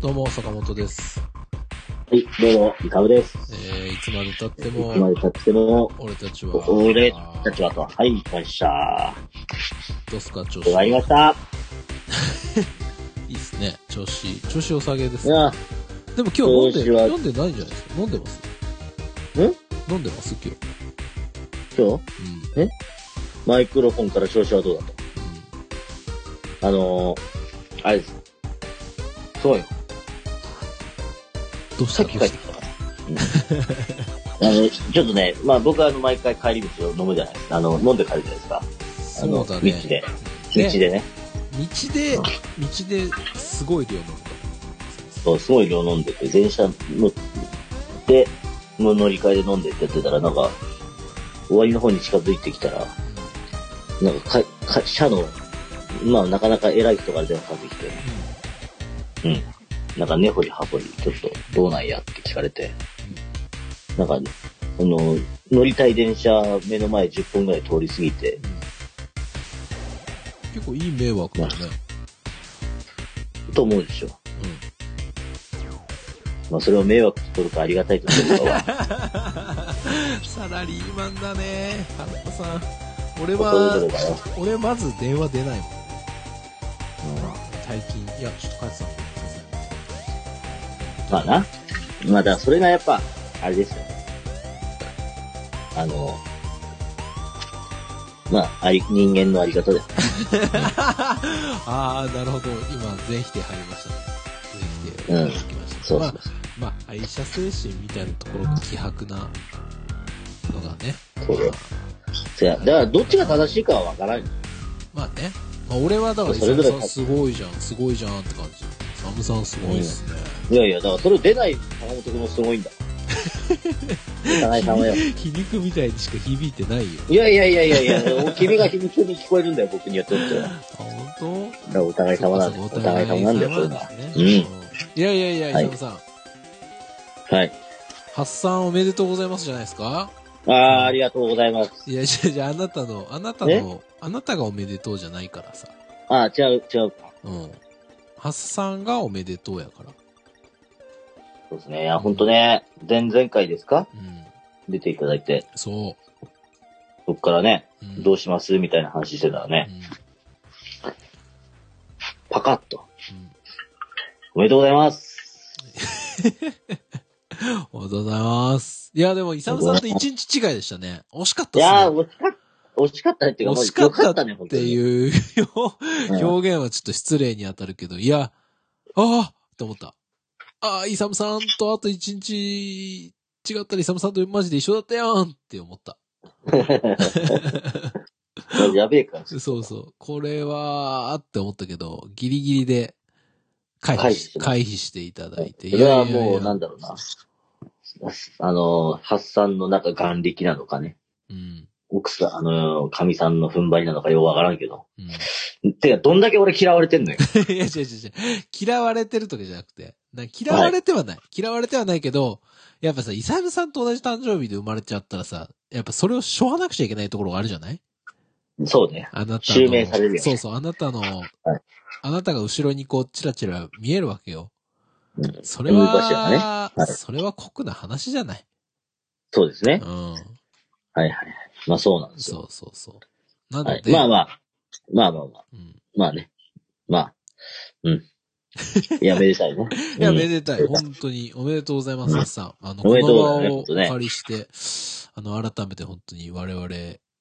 どうも、坂本です。はい、どうも、イカブです。えー、いつまで経っていつまも、で経っても、俺たちは、俺たちはと、はい、感謝。どうすか、調子。終わりました。いいっすね。調子、調子良さげでいすね。や、でも今日飲んで、調子は飲んでないじゃないですか。飲んでます飲んでます今日。今日、うん。マイクロフォンから調子はどうだと。あのー、あれです。そうよ。うんどうしさたっどきう帰っしてきたから。うんあの、ちょっとね、まあ僕はあの、毎回帰り道を飲むじゃないですか。あの、飲んで帰るじゃないですか。たあその、うだね。道で。道ねでね。道で、道ですごい量飲むかそう、すごい量飲んでて、電車乗って、の乗り換えで飲んでってやってたら、なんか、終わりの方に近づいてきたら、ら。なんかか、か、社の、まあ、なかなか偉い人が電話かかってきて、なんか、根掘り葉掘り、ちょっと、どうなんやって聞かれて、なんか、あの、乗りたい電車、目の前10分ぐらい通り過ぎて、うん。うん結構いい迷惑だね。と思うでしょ。うん。まあ、それを迷惑と取るかありがたいと取るかは、サラリーマンだね、花子さん。俺それぞれは、だよ。俺まず電話出ないもん。最近。いや、ちょっと帰ってたんでまあな。まあ、だからそれがやっぱ、あれですよ。あの、まあ、あり、人間のあり方です。 ああ、なるほど。今、全否定入りましたね。全否定をきました。そうまあそう、そう。まあ、愛者精神みたいなところが希薄なのがね。そうだよそや、だからどっちが正しいかはわからんよ。まあね。まあ、俺はだから、イそサれムぞれさんすごいじゃん、すごいじゃんって感じ。サムさんすごいっすね。いやいや、だからそれ出ない坂本くんもすごいんだ。お互い様よ。皮肉みたいにしか響いてないよ。いやいやいやいやいや、君が君に聞こえるんだよ、僕にやってるって。だかあ、本当らお互い様なんだよ。お互い様なんだよ、そういうのは。うん。いやいやいや、はイいサムさん。はい。発散おめでとうございますじゃないですかああ、ありがとうございます。いや、じゃじゃあなたの、あなたの、あなたがおめでとうじゃないからさ。ああ、違う、違う。うん。発散がおめでとうやから。そうですね。いや、ほんとね、前々回ですかうん。出ていただいて、そそっからね、う。うん、どうしますみたいな話してたらうね、んうんパカッと、おめでとうございます。おめでとうございます。いや、でも、イサムさんと一日違いでしたね。惜しかっいたやっー、惜しかった、惜しかったねっていうか、も惜うしかったよかったね、ほんすとね。ってに。いううん表現はちょっと失礼に当たるけど、いや、ああって思った。ああ、イサムさんとあと一日違ったらイサムさんとマジで一緒だったやんって思 った。やべえ感じ。そうそう。これは、って思ったけど、ギリギリで回避回避ししてます回避していただいて。それはやいいやいもやう、なんだろうな。あの、発散の中、眼力なのかね。うん。奥さん、あの、神さんの踏ん張りなのかようわからんけど。うん。い てか、どんだけ俺嫌われてんのよ。や、違う違う違う。嫌われてるとかじゃなくて。な嫌われてはない,、嫌われてはないけど、やっぱさ、イサムさんと同じ誕生日で生まれちゃったらさ、やっぱそれをしょわなくちゃいけないところがあるじゃないそうね。あなたの。襲名されるよねそうそう、あなたの、あなたが後ろにこう、チラチラ見えるわけよ。うんそれうん昔はねは、はいそれは酷な話じゃない。そうですねう。ん。はいはいはい。まあそうなんですそよ。うそうそう。なはのい。で、まあまあ、まあまあまあ、うん、まあね。まあ、 うん。いや、めでたいね。いや、うんめでたい。本当に、おめでとうございます、ハッさん。あの、おこめでのとう場ございますを本当ねお借りして、あの、改めて本当に我々、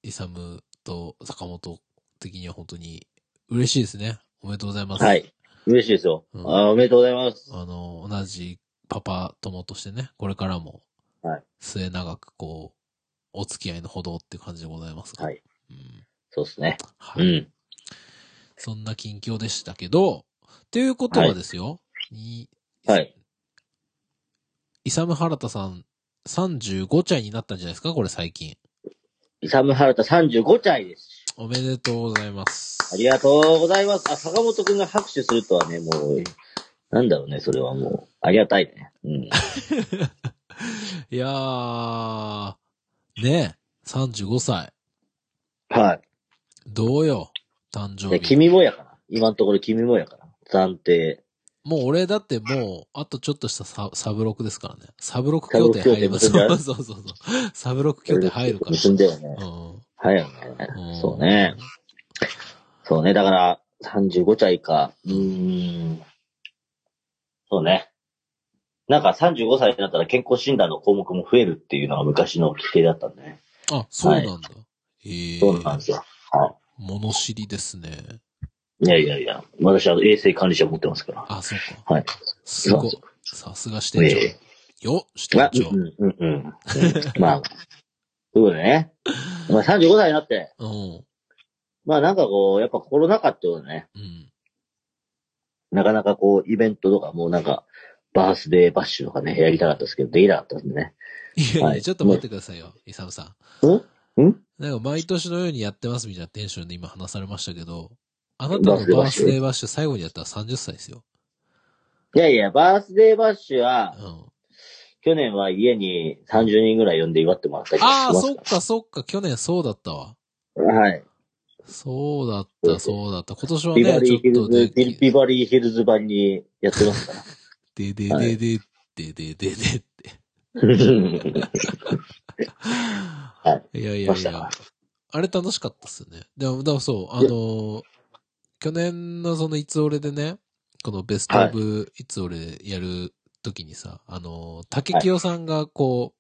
イサムと坂本的には本当に嬉しいですね。おめでとうございます。はい。嬉しいですよ。うんあおめでとうございます。あの、同じパパ友としてね、これからもはい、末永くこう、お付き合いのほどっていう感じでございますが。はいうんそうですね。はういん。そんな近況でしたけど、ということはですよ、にはい。イサムハラタさん、35歳になったんじゃないですかこれ最近。イサムハラタ35歳です。おめでとうございます。ありがとうございます。あ、坂本くんが拍手するとはね、もう、なんだろうね、それはもう、ありがたいね。うん。いやー、ねえ、35歳。はどうよ、誕い。生で日。君もやから。今のところ君もやから。暫定。もう俺だってもう、あとちょっとしたササブロクですからね。サブロク協定サブロク協定入ります。結そんだよう そうそうそう。サブロク協定入るから。結んだよね。うん入るねう。んそうね。そうね。だから、35歳か。うーん。そうね。なんか35歳になったら健康診断の項目も増えるっていうのが昔の規定だったんだね。あ、そうなんだ。ええそうなんですよ。は物知りですね。い。いやいやいや。私は衛生管理者持ってますから。あ、そうか。はい。すごいそ。さすが支え店え長。よ、支まあ店長う。んうんうんうん。まあ、そうだね。まあ35歳になって、うん。まあなんかこう、やっぱコロナ禍ってことでね、うん。なかなかこう、イベントとかもうなんか、バースデーバッシュとかね、やりたかったですけど、できなかったんでね。いやいはや、いちょっと待ってくださいよ、イサムさん。んんなんか毎年のようにやってますみたいなテンションで今話されましたけど、あなたのバースデーバッシュ最後にやったら30歳ですよ。いやいや、バースデーバッシュうは、ん。去年は家に30人ぐらい呼んで祝ってもらったりしてああ、ますそっかそっか、去年そうだったわ。ら。はい。そうだった、そうだった。今年はビバね、リーヒちょルっとでズ、、ビビバリーヒルズ版にやってますから。 で、で、はで、いで、で、で、で、でって。いやいやまいしたやか。あれ楽しかったっすよね。でも、でもそう、あのー去年のそのいつ俺でね、このベストオブいつ俺やるときにさ、あのー、竹清さんがこう、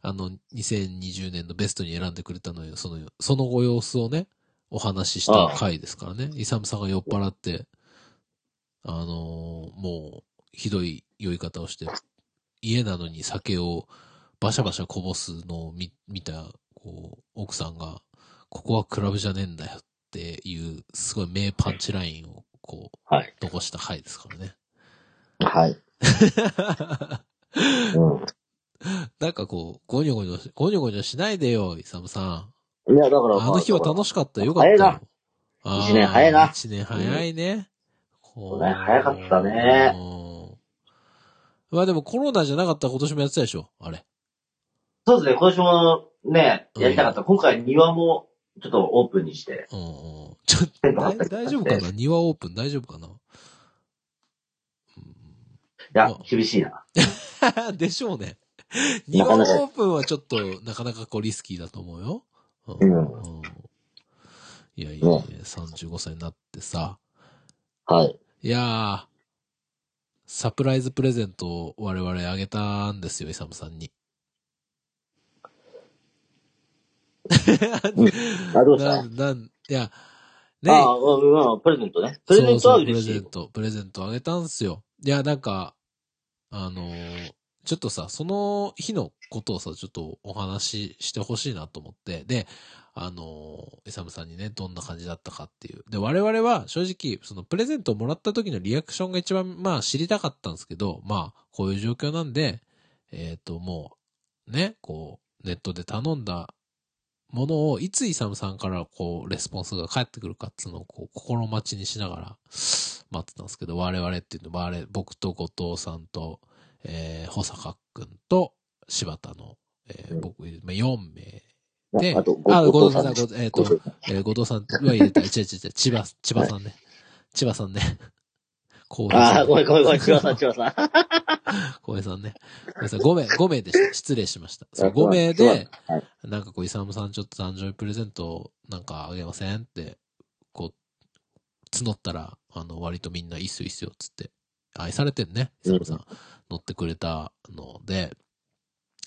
あの、2020年のベストに選んでくれたのよ、その、そのご様子をね、お話しした回ですからね。イサムさんが酔っ払って、あのーもう、ひどい酔い方をして、家なのに酒をバシャバシャこぼすのを見見た、こう、奥さんが、ここはクラブじゃねえんだよっていう、すごい名パンチラインを、こう、はい。残した回ですからね。 はい。うなんかこう、ゴニョゴニョし、ゴニョゴニョしないでよ、イサムさん。ん。いや、だから、あの日は楽しかったよ、よかった早よ。いなあー一年早いな一年早いね。こそうね早かったね。うんまあでもコロナじゃなかったら今年もやってたでしょ、あれ。そうですね、今年もね、やりたかった。今回庭もちょっとオープンにして。うんうん。ちょっ と、だい大丈夫かな庭オープン大丈夫かな、いや、厳しいな。うん でしょうね。 な庭かオなかープンはちょっと、なかなかこうリスキーだと思うよ。ううんうんいやいやいや、35歳になってさ。はい。いやー、サプライズプレゼントを我々あげたんですよ、イサムさんに。あ、どうしたな、なん、いや、ねあ、うんうん、プレゼントね。プレゼントはそうそうプレ嬉しゼいン。ト、プレゼントあげたんすよ。いや、なんか、あのーちょっとさ、その日のことをさ、ちょっとお話ししてほしいなと思って、で、あのー、イサムさんにね、どんな感じだったかっていう。で、我々は正直、そのプレゼントをもらった時のリアクションが一番、まあ知りたかったんですけど、まあ、こういう状況なんで、えっ、と、もう、ね、こう、ネットで頼んだものを、いつイサムさんからこう、レスポンスが返ってくるかっていうのをこう、心待ちにしながら、待ってたんですけど、我々っていうのは、我々僕と後藤さんと、えー、保坂くんと柴田の、えーうん僕入れて、まあ、4名で、あと、あごご後さ藤んさん、です。ごえっ、ごと、父さんえー、後藤さんは入れた、違う違う違う、千葉、千葉さんね。千葉さんね。浩平あさー、ごめんごめんごめん、千葉さん、千葉さん。 浩平さんね。ごめんなさい5名、5名でした。失礼しました。そう、5名すまんで、、すまんはいなんかこう、イサムさんちょっと誕生日プレゼントなんかあげませんって、こう、募ったら、あの、割とみんないいっすよいいっすよっつって、愛されてんね、イサムさんう。乗ってくれたので、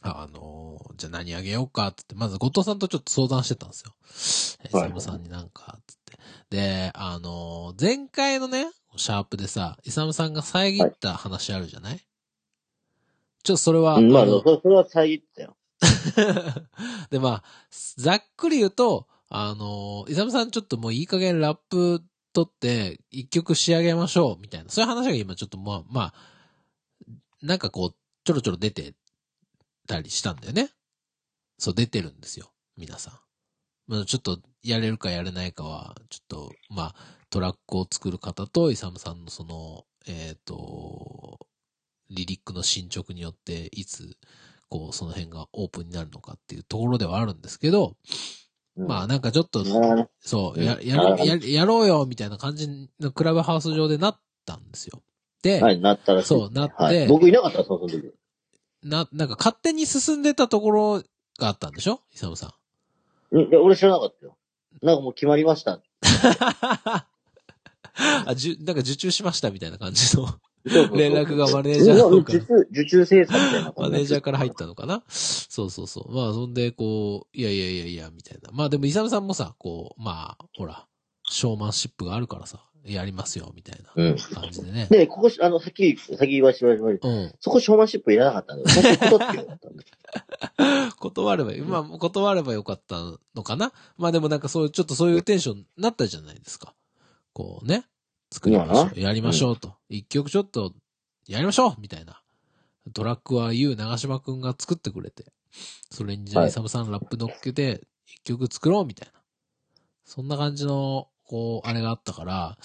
あのーじゃあ何あげようかっつって、まず後藤さんとちょっと相談してたんですよ。イはいサムさんになんか、つって。で、あのー前回のね、シャープでさ、イサムさんが遮った話あるじゃない、ちょっとそれは、うんまあ、あのそそれは遮ったよ。で、まあ、ざっくり言うと、あの、イサムさんちょっともういい加減ラップ撮って、一曲仕上げましょう、みたいな。そういう話が今ちょっとまあ、まあ、なんかこう、ちょろちょろ出てたりしたんだよね。そう、出てるんですよ。皆さん。まあ、ちょっと、やれるかやれないかは、ちょっと、まあ、トラックを作る方と、イサムさんのその、えっ、と、リリックの進捗によって、いつ、こう、その辺がオープンになるのかっていうところではあるんですけど、うんまあ、なんかちょっと、うんそう、うんや、やろあや、やろうよ、みたいな感じのクラブハウス上でなったんですよ。て、はい、なったらしい。そうなってはい、僕いなかったその時。な、なんか勝手に進んでたところがあったんでしょイサムさ ん。うん、いや、俺知らなかったよ。なんかもう決まりました。あ、じゅ、なんか受注しましたみたいな感じの。 そうそうそう連絡がマネージャーうんとか受注、受注生産みたいな。マネージャーから入ったのかなそうそうそう。まあ、そんで、こう、いやいやいやいや、みたいな。まあでも、イサムさんもさ、こう、まあ、ほら、ショーマンシップがあるからさ、やりますよ、みたいなうん。感じでね。で、ここ、あの、さっき、先言わせてもらいましたうん。そこ、ショーマンシップいらなかったんだよ。そこ断ってよかったんだよ。断れば、まあ、断ればよかったのかなまあでもなんかそういう、ちょっとそういうテンションになったじゃないですか。こうね、作りましまょあなう。やりましょうと。一曲ちょっと、やりましょうみたいな。トラックは YOU 長島くんが作ってくれて、それにじゃあ、はいイサムさんラップ乗っけて、一曲作ろうみたいな。そんな感じの、こう、あれがあったから、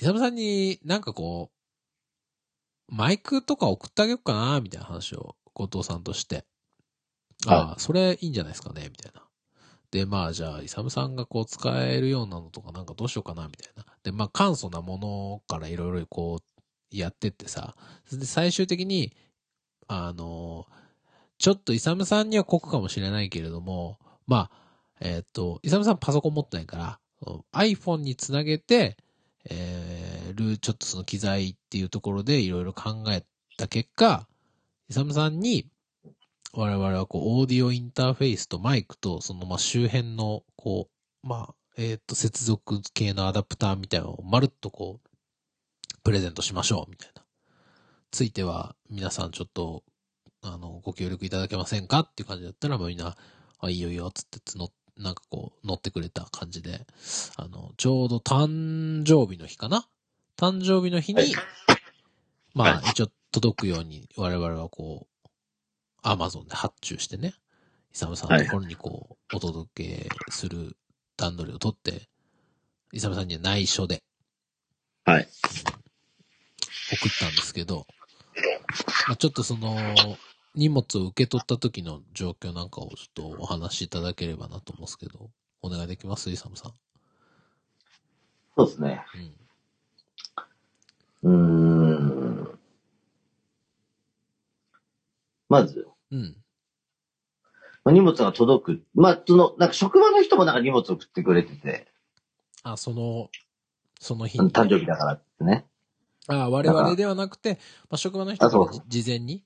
イサムさんになんかこう、マイクとか送ってあげようかな、みたいな話を、後藤さんとして。ああ、それいいんじゃないですかね、みたいな。で、まあ、じゃあ、イサムさんがこう、使えるようなのとか、なんかどうしようかな、みたいな。で、まあ、簡素なものからいろいろこう、やってってさ、で、最終的に、あの、ちょっとイサムさんには酷かもしれないけれども、まあ、えーっと、イサムさんパソコン持ってないから、iPhone につなげて、えー、る、ちょっとその機材っていうところでいろいろ考えた結果、イサムさんに、我々はこう、オーディオインターフェースとマイクと、そのまあ周辺の、こう、まあ、えーっと、接続系のアダプターみたいなのをまるっとこう、プレゼントしましょう、みたいな。ついては、皆さんちょっと、あの、ご協力いただけませんかっていう感じだったら、もうみんな、あ、いいよいいよ、つってつの、なんかこう、乗ってくれた感じで、あの、ちょうど誕生日の日かな誕生日の日に、はいまあ、一応届くように、我々はこう、アマゾンで発注してね、イサムさんのところにこう、お届けする段取りを取って、イサムさんには内緒で、はい。送ったんですけど、まあ、ちょっとその、荷物を受け取った時の状況なんかをちょっとお話しいただければなと思うんですけど、お願いできますイサムさん。そうですね。うん。うーん。まず、うん。まあ荷物が届く。まあ、その、なんか職場の人もなんか荷物送ってくれてて、あ、その、その日あのに。誕生日だからってね。あ、我々ではなくて、まあ、職場の人あそうが事前に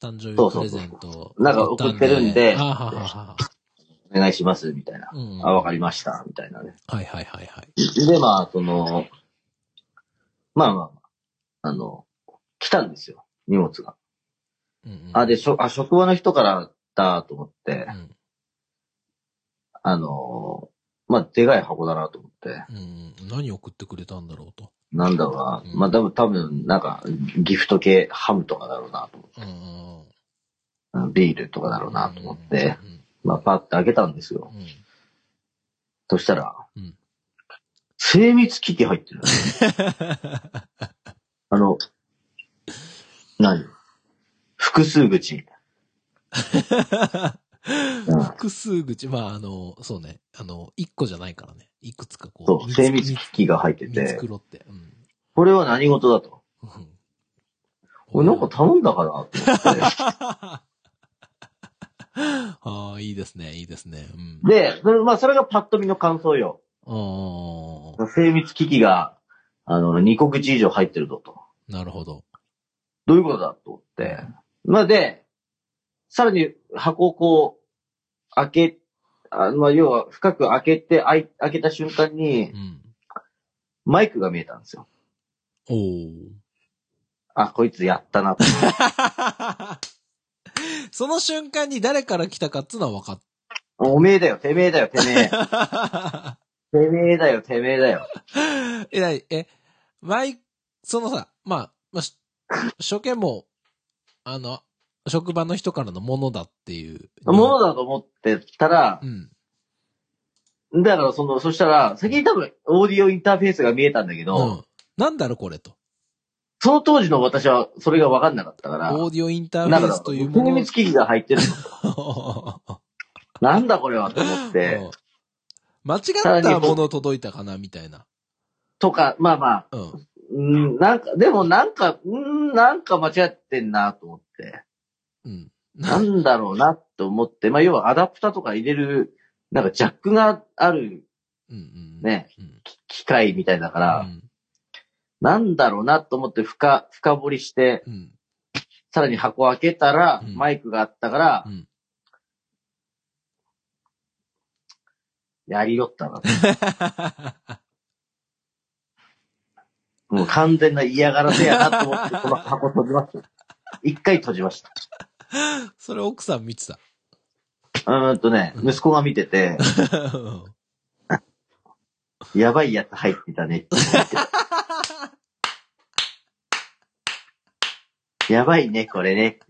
誕生そう日そプレうそうゼントをなんか送ってるんであはははは。お願いします、みたいな。うん。あ、わかりりました、みたいなね。はいはいはいはい。で、まあ、その、まあまあまあ、あの、来たんですよ、荷物が。うんうん、あ、で、しょ、あ、職場の人からだと思ってう、ん。あの、まあ、でかい箱だなと思って、うんうん。何送ってくれたんだろうと。なんだろうな、うんまあ、多分、多分、なんか、ギフト系、ハムとかだろうなと思ってうんうんうん。あの、ビールとかだろうなと思って、うんまあ、パッて開けたんですよう。んうん。そしたら、うん精密機器入ってる。あの、何複数口。うん複数口、まあ、あの、そうね、あの、一個じゃないからね。いくつかこう。そう、見つ精密機器が入って見つ見て繕、って。うん。これは何事だと。うん俺なんか頼んだかなと思っああ、いいですね、いいですね。うん。て。で、それまあ、それがパッと見の感想よ。ああ、精密機器が、あの、2個口以上入ってるぞと。なるほど。どういうことだと思って。まあ、で、さらに箱をこう、開け、あまあ、要は深く開けて、開い開けた瞬間にう、ん。マイクが見えたんですよ。おお。あ、こいつやったなと。 その瞬間に誰から来たかっつうのは分かっおめえだよ、てめえだよ、てめえ。た。てめえだよ、てめえだよ。え、なにえ、マイ、そのさ、まあ、まあ、し初見も、あの、職場の人からのものだっていう。ものだと思ってたらう、ん。だからその、そしたら、先に多分、オーディオインターフェースが見えたんだけど、うん。なんだろ、これと。その当時の私はそれが分かんなかったから、オーディオインターだフェかーら、スという精もの 密機器が入ってる。なんだこれはと思って、間違ったもの届いたかな、みたいな。とか、まあまあ、うん。うん、なんか、でもなんか、うん、なんか間違ってんなと思って。うん。なんだろうなと思って、まあ、要はアダプターとか入れる、なんかジャックがあるうんうん。ね、うん。き機械みたいだかうら、ん。なんだろうなと思って深、深掘りして、うん。 さらに箱を開けたら、うんマイクがあったから、うんやりよったな。もう完全な嫌がらせやなと思って、この箱閉じました。一回閉じました。それ奥さん見てた。 うーんとね、息子が見てて、うんやばいやつ入ってたねって言って。やばいね、これね。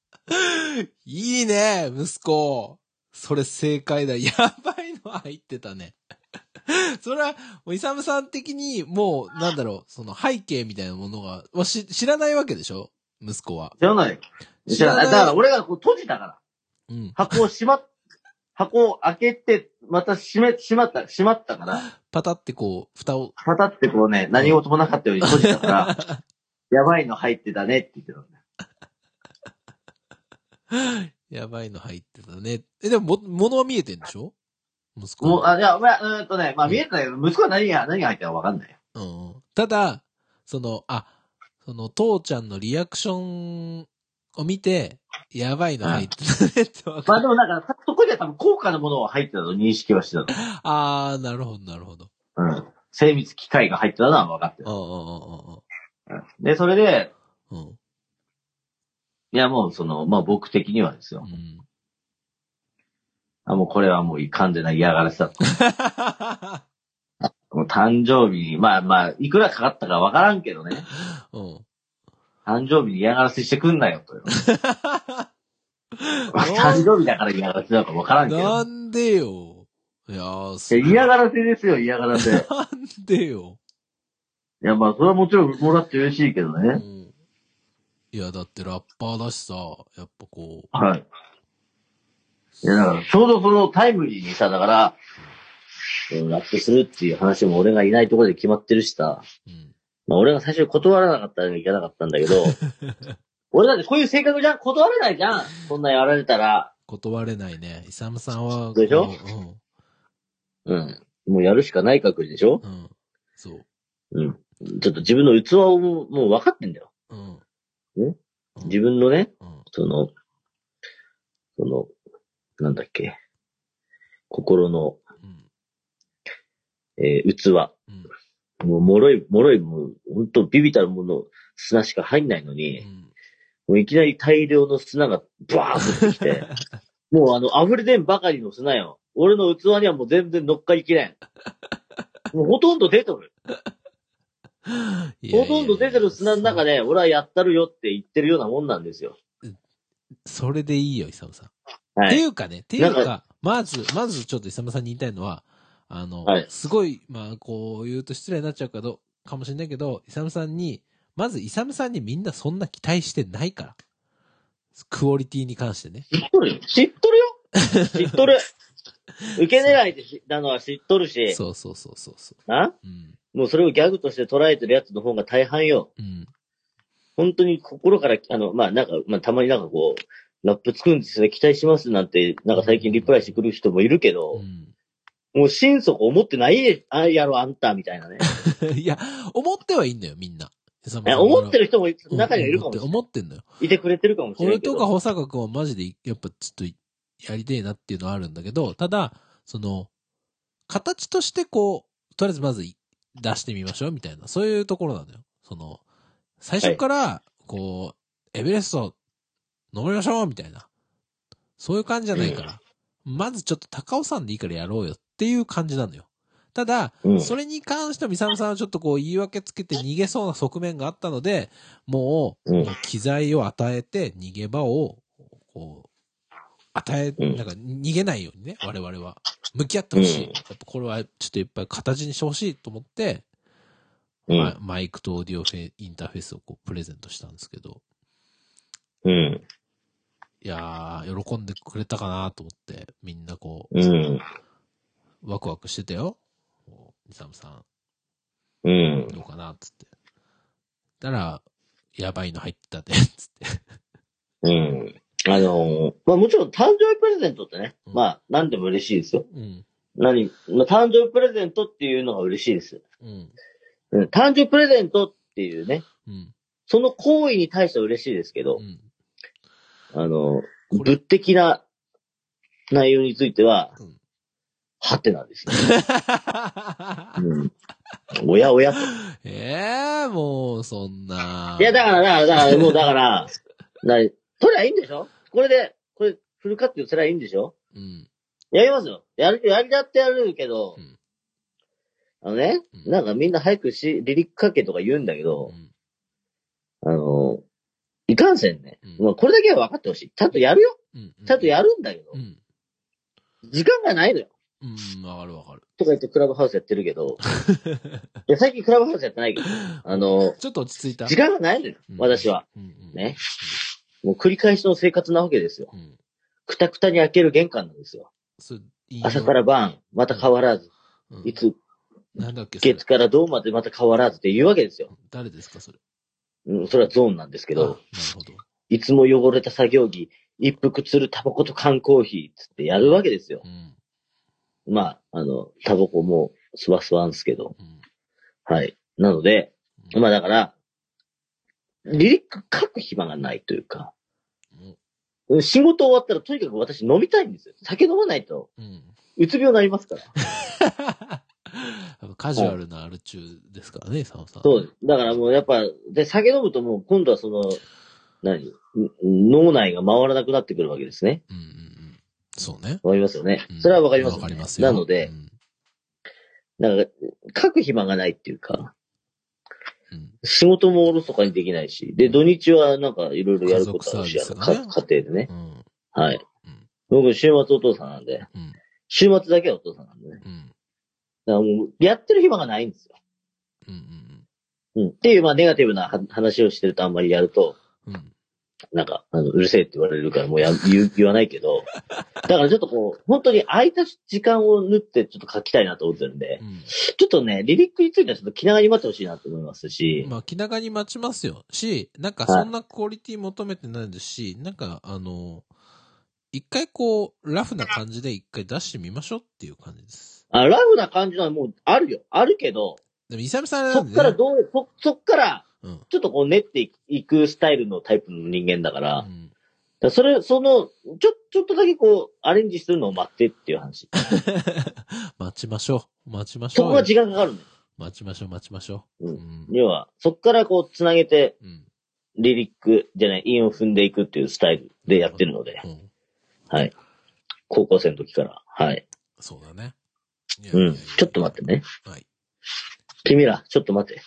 いいね、息子。それ正解だ。やばいの入ってたね。 それは、もう、イサムさん的に、もう、なんだろう、その背景みたいなものが、わし知らないわけでしょ息子は。知らない。知らない。だから俺がこう閉じたから。うん。箱を閉まっ、 箱を開けて、また閉め、閉まった、閉まったから、パタってこう、蓋を。パタってこうね、何事もなかったように閉じた から、やばいの入ってたねって言ってたんだよ。やばいの入ってたね。え、でも、も、物は見えてんでしょ息子は。もう、あ、いや、まあ、うーんとね、まあ見えてないけど、息子は何が、何が入ったかわかんないよ。うん。ただ、その、あ、その、父ちゃんのリアクションを見て、やばいの入ってたねって分かる。まあでもなんか、そこには多分高価なものが入ってたと認識はしてたの。あー、なるほど、なるほど。うん。精密機械が入ってたのは分かってうた。んで、それで、うんうんうんうん。いやもうその、まあ僕的にはですよう。ん。あ、もうこれはもう完全な嫌がらせだと。もう誕生日に、まあまあ、いくらかかったか分からんけどね。うん。うん。誕生日に嫌がらせしてくんなよと。誕生日だから嫌がらせなのか分からん けなど。んでよ。いやー、いすや嫌がらせですよ、嫌がらせ。いなんでよ。や、まあ、それはもちろんもらって嬉しいけどうね。ん。いや、だってラッパーだしさ、やっぱこう。はい。いや、だから、ちょうどそのタイムリーにさ、だから、うんラップするっていう話も俺がいないところで決まってるしさ。うん。まあ、俺が最初に断らなかったらいけなかったんだ けど、俺だってこういう性格じゃん断れないじゃんそんなやられたら。断れないね。イサムさんはこう。でしょうん。うん。もうやるしかない確率でしょうん。そう。うん。ちょっと自分の器をもうもう分かってんだよ。うん。うん自分のね、うん。その、その、なんだっけ。心の、うん。えー器。うん。もう、脆い、脆い、もう、ほんと、ビビたるもの、砂しか入んないのうに、んもういきなり大量の砂が、バーッとき て、もうあの、溢れ出んばかりの砂よ。俺の器にはもう全然乗っかりきれん。もうほとんど出てる。いやいやほとんど出てる砂の中で、俺はやったるよって言ってるようなもんなんですよ。そ。それでいいよ、イサムさん。はってい。いうかね、っていうなか、んまず、まずちょっとイサムさんに言いたいのは、あの、はいすごい、まあ、こう言うと失礼になっちゃうかど、かもしれないけど、イサムさんに、まずイサムさんにみんなそんな期待してないから。クオリティに関してね。知っとるよ。知っとるよ。知っ とる。受け狙いでしなのは知っとるし、そうそうそうそうそなう。うん。もうそれをギャグとして捉えてるやつの方が大半よ。うん。本当に心から、あの、まあ、なんか、まあ、たまになんかこう、ラップつくんですね、期待しますなんて、なんか最近リプライしてくる人もいるけうど、ん。もう心底思ってないであやろ、あんた、みたいなね。 いや、思ってはいいんだよ、みんな。イサムえさん思ってる人も中にはいるかもしれない。思ってんのよ。いてくれてるかもしれな俺いけとど。か保坂君はマジで、やっぱちょっとやりてえなっていうのはあるんだけど、ただ、その、形としてこう、とりあえずまずい出してみましょうみたいな、そういうところなのよ。その、最初から、こう、エベレスト登りましょうみたいな、そういう感じじゃないから、まずちょっと高尾山でいいからやろうよっていう感じなのよ。ただ、うん。それに関しては、ミサムさんはちょっとこう、言い訳つけて逃げそうな側面があったので、もう、うん機材を与えて、逃げ場を、こう、与え、うんなんか、逃げないようにね、我々は。向き合ってほしい。うんやっぱこれは、ちょっといっぱい形にしてほしいと思って、うんま。マイクとオーディオフェインターフェースをこう、プレゼントしたんですけど、うん。いやー、喜んでくれたかなと思って、みんなこうん。う、ワクワクしてたよ。もうミサムさん。うん。どうかな、つって。たら、やばいの入ってたで、つって。うん。あのーまあもちろん誕生日プレゼントってね、うんまあ何でも嬉しいですよ。うん。何、まあ誕生日プレゼントっていうのが嬉しいです。うん。うん、誕生日プレゼントっていうね、うん。その行為に対しては嬉しいですけどう、ん。あのーこれ物的な内容についてはうん、はてなんですね。うん。おやおやと。 ええもう、そんな。いや、だから、だから、だから、もうだから、なに、取りゃいいんでしょこれで、これ、フル活用すりゃいいんでしょうん。やりますよ。やる、やりだってやるけど、うんあのね、うんなんかみんな早くし、リリックかけとか言うんだけうど、ん。あの、いかんせんね。うんまあこれだけは分かってほしい。ちゃんとやるよ。うん。ちゃんとやるんだけど、うん。時間がないのよ。うん、わかるわかる。とか言ってクラブハウスやってる けど、いや、最近クラブハウスやってないけど、あの、ちょっと落ち着いた。時間がないのようん。私は。。うんうん。ね。もう繰り返しの生活なわけですよ。うん。くたくたに開ける玄関なんですよ。それいいよ朝から晩、また変わらず、うんいつ、なんだっけ、それ月から銅までまた変わらずって言うわけですよ。誰ですか、それ。うん、それはゾーンなんですけけど、。なるほど。いつも汚れた作業着、一服つるタバコと缶コーヒーつってやるわけですよう。ん。まあ、あの、タバコもスワスワんですけど、うん。はい。なので、うんまあだから、リリック書く暇がないというか、うんうん仕事終わったらとにかく私飲みたいんですよ。酒飲まないと、うん。 うつ病になりますから。やっぱカジュアルなアル中ですからね、サムさん。そう。だからもうやっぱ、で、酒飲むともう今度はその、何ん脳内が回らなくなってくるわけですね。うんうんうん。そうね。わかりますよねう。んそれはわかりますよね、わかりますよ。なのでう、んなんか、書く暇がないっていうか、うん。仕事もおろそかにできないし、で、土日はなんかいろいろやることあるし、家あ族のサーかビス家がね庭でねう。ん。はいうん。僕、週末お父さんなんで、うん。週末だけはお父さんなんでね。うん。だからもう、やってる暇がないんですよ。うんうんうん。っていう、まあ、ネガティブなは話をしてるとあんまりやると、うん。うん。なんか、あの、うるせえって言われるから、もうや、言う、言わないけど、だからちょっとこう、本当に空いた時間を縫ってちょっと書きたいなと思ってるんでう、ん。ちょっとね、リリックについてはちょっと気長に待ってほしいなと思いますし、まあ、気長に待ちますよ。し、なんかはいそんなクオリティ求めてないですし、なんかあの、一回こう、ラフな感じで一回出してみましょうっていう感じです。あ、ラフな感じのはもうあるよ。あるけど、でも、イサミさんあれなそんっでねからどう、そ、そっから、うん。ちょっとこう練っていくいくスタイルのタイプの人間だから、うだかん。 らそれ、その、ちょ、ちょっとだけこう、アレンジするのを待ってっていう話。待ちましょう。待ちましそょこうよが。時間かかるのよ。待ちましょう、待ちましょう。うん。ん要は、そっからこう、つなげて、うん。リリックじゃない、韻を踏んでいくっていうスタイルでやってるので、うん。はい。高校生の時から。はい。そうだね。いやうん。ちょっと待ってね。て。はい。君ら、ちょっと待って。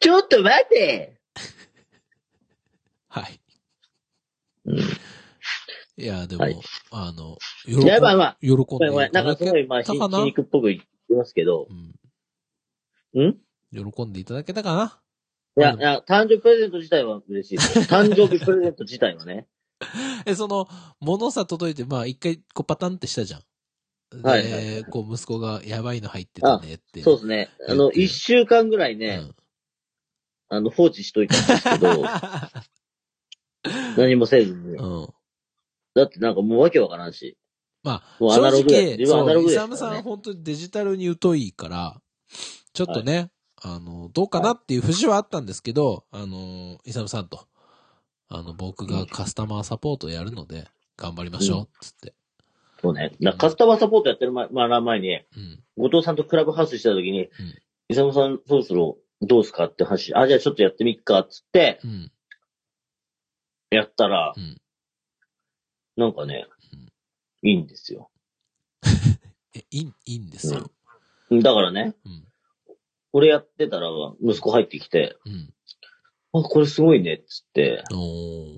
ちょっと待ってはい。うん。いや、でも、はいあの、いや、まあまあ、喜んでごめんごめん。なんかすごい、まあ、ひたかな皮肉っぽく言ってますけど、うん。ん喜んでいただけたかない や、うんいや、誕生日プレゼント自体は嬉し いです。誕生日プレゼント自体はね。え、その、物さ届いて、まあ、一回、こう、パタンってしたじゃん。はいではいはいこう、息子が、やばいの入ってたねって。そうですね。あの、一週間ぐらいね、あの、放置しといたんですけど、何もせずに う。ん。うん。だってなんかもうわけわからんし。まあ、もうアナロ正グ直、自分はアナそロう、グイですサからムねさん本当にデジタルに疎いから、ちょっとね、あの、どうかなっていう節はあったんですけど、あの、イサムさんと、あの、僕がカスタマーサポートやるので、頑張りましょう、つって。そうね。だからカスタマーサポートやってる前、まあ、前に、うん。後藤さんとクラブハウスした時に、ん伊沢さんそろそろどうすかって話、あ、じゃあちょっとやってみっか、つって、うん。やったら、うんなんかねうん、いいんですよ。え、いい、いいんですよ。だからね、うん。俺やってたら、息子入ってきて、うん。あ、これすごいね、つって、おー。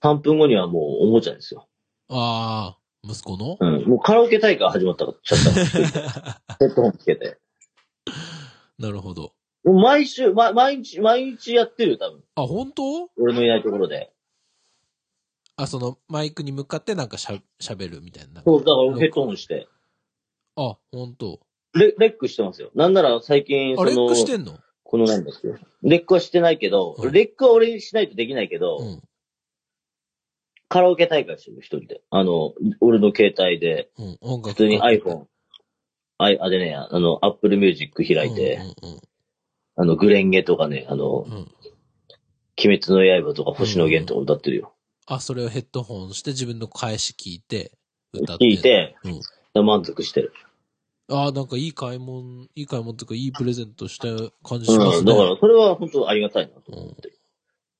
3分後にはもうおもちゃですよ。あー、息子のうん。もうカラオケ大会始まったから、ちゃった から、ヘッドホンつけて。なるほど。もう毎週、ま、毎日、毎日やってるよ、多分。あ、本当俺のいないところで。あ、その、マイクに向かってなんかしゃ、喋るみたいな。そう、だから俺ヘッドホンして。あ、本当レレックしてますよ。なんなら最近、あ、そレッのク、してんのこのなんだっけレックはしてないけど、うんレックは俺にしないとできないけど、うん。カラオケ大会してる一人で。あの、俺の携帯で、うん。音楽普通に iPhone、あい、あれねや、あの、Apple Music 開いて、うんうんあの、グレンゲとかね、あのう、ん。うん。鬼滅の刃とか星野源とか歌ってるよ。あ、それをヘッドホンして自分の返し聞いて、歌って。聞い。て、うん。満足してる。ああ、なんかいい買い物、いい買い物っていうか、いいプレゼントした感じしまうすん。ね。だから、それは本当ありがたいなと思ってる。だか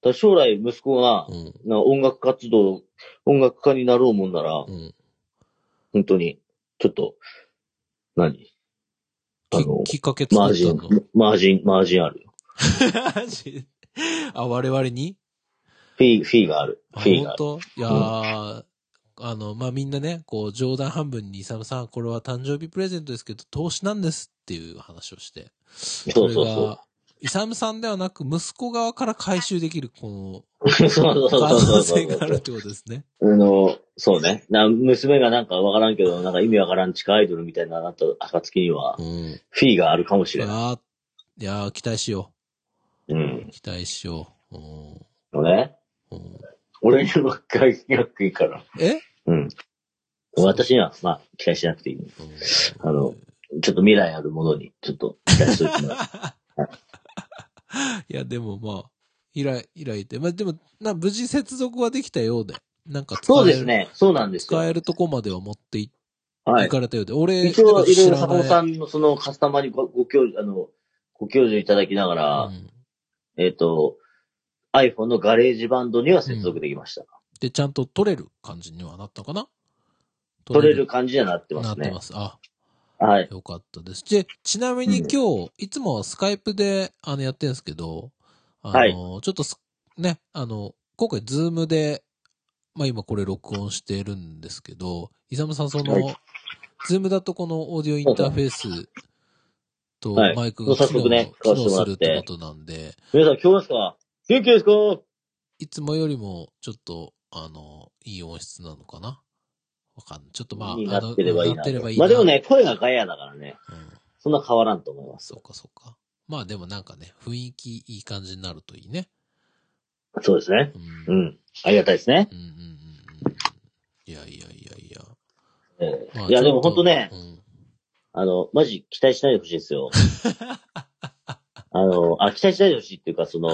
ら将来息子が、うん。な音楽活動、音楽家になろうもんならう、ん。本当に、ちょっと、何あのき、きっかけ作マーっジたンの。、マージン、マージンあるよ。 マジあ、我々にフィー、フィーがある。あフィー本がある。当いやー、あの、まあ、みんなね、こう、冗談半分に、イサムさん、これは誕生日プレゼントですけど、投資なんですっていう話をして。そうそうれそが、イサムさんではなく、息子側から回収できる、こう。そう そうの、可そうそ能うそ性があるっう。てことですね。あの、そうね。な、娘がなんかわからんけど、なんか意味わからん地下アイドルみたいななった暁にはう、ん。フィーがあるかもしいれやない。ーいやー期待しようんう。。期待しよう。うんのね。うん俺には外気がいいから。えうん。私には、まあ、期待しなくていい。あの、ちょっと未来あるものに、ちょっと期待するってい うのはいや、でもまあ、開い、開いて。まあでも、な、無事接続はできたようで。なんか使えそうる、ですね。そうなんですよ。使えるとこまでは持ってい、はいい、。かれたようで。俺、一応、いろいなろん坂か本知さらないんのそのカスタマーにごご教授、あの、ご教授いただきながら、うんえっ、と、iPhone のガレージバンドには接続できました。で、ちゃんと取れる感じにはなったかな取れる感じにはなってまなっすてねま。す。あ、はい。よかったです。で、ちなみに今日、いつもスカイプで、あの、やってるんですけど、あの、はいちょっとす、ね、あの、今回、ズームで、まあ今これ録音してるんですけど、イサムさん、その、はいズームだとこのオーディオインターフェースとはいマイクもがう早機能,、速ね機使わせ能てもらすってるってことなんで、皆さん、今日ですか元気ですかいつもよりも、ちょっと、あの、いい音質なのかなわかんない。ちょっとまあ、にあなのってればいいななっと。てればいいなまあでも、ね、声がガヤだからね、うんそんな変わらんと思います。そうかそうか。まあでもなんかね、雰囲気いい感じになるといいね。そうですね。うん。ううんん。ありがたいですね。うんうんうん。いやいやいやいや。えまあえいや、ちょっとでも本当ね、うん。あの、マジ期待しないでほしいですよ。あの、あ、期待しないでほしいっていうか、その、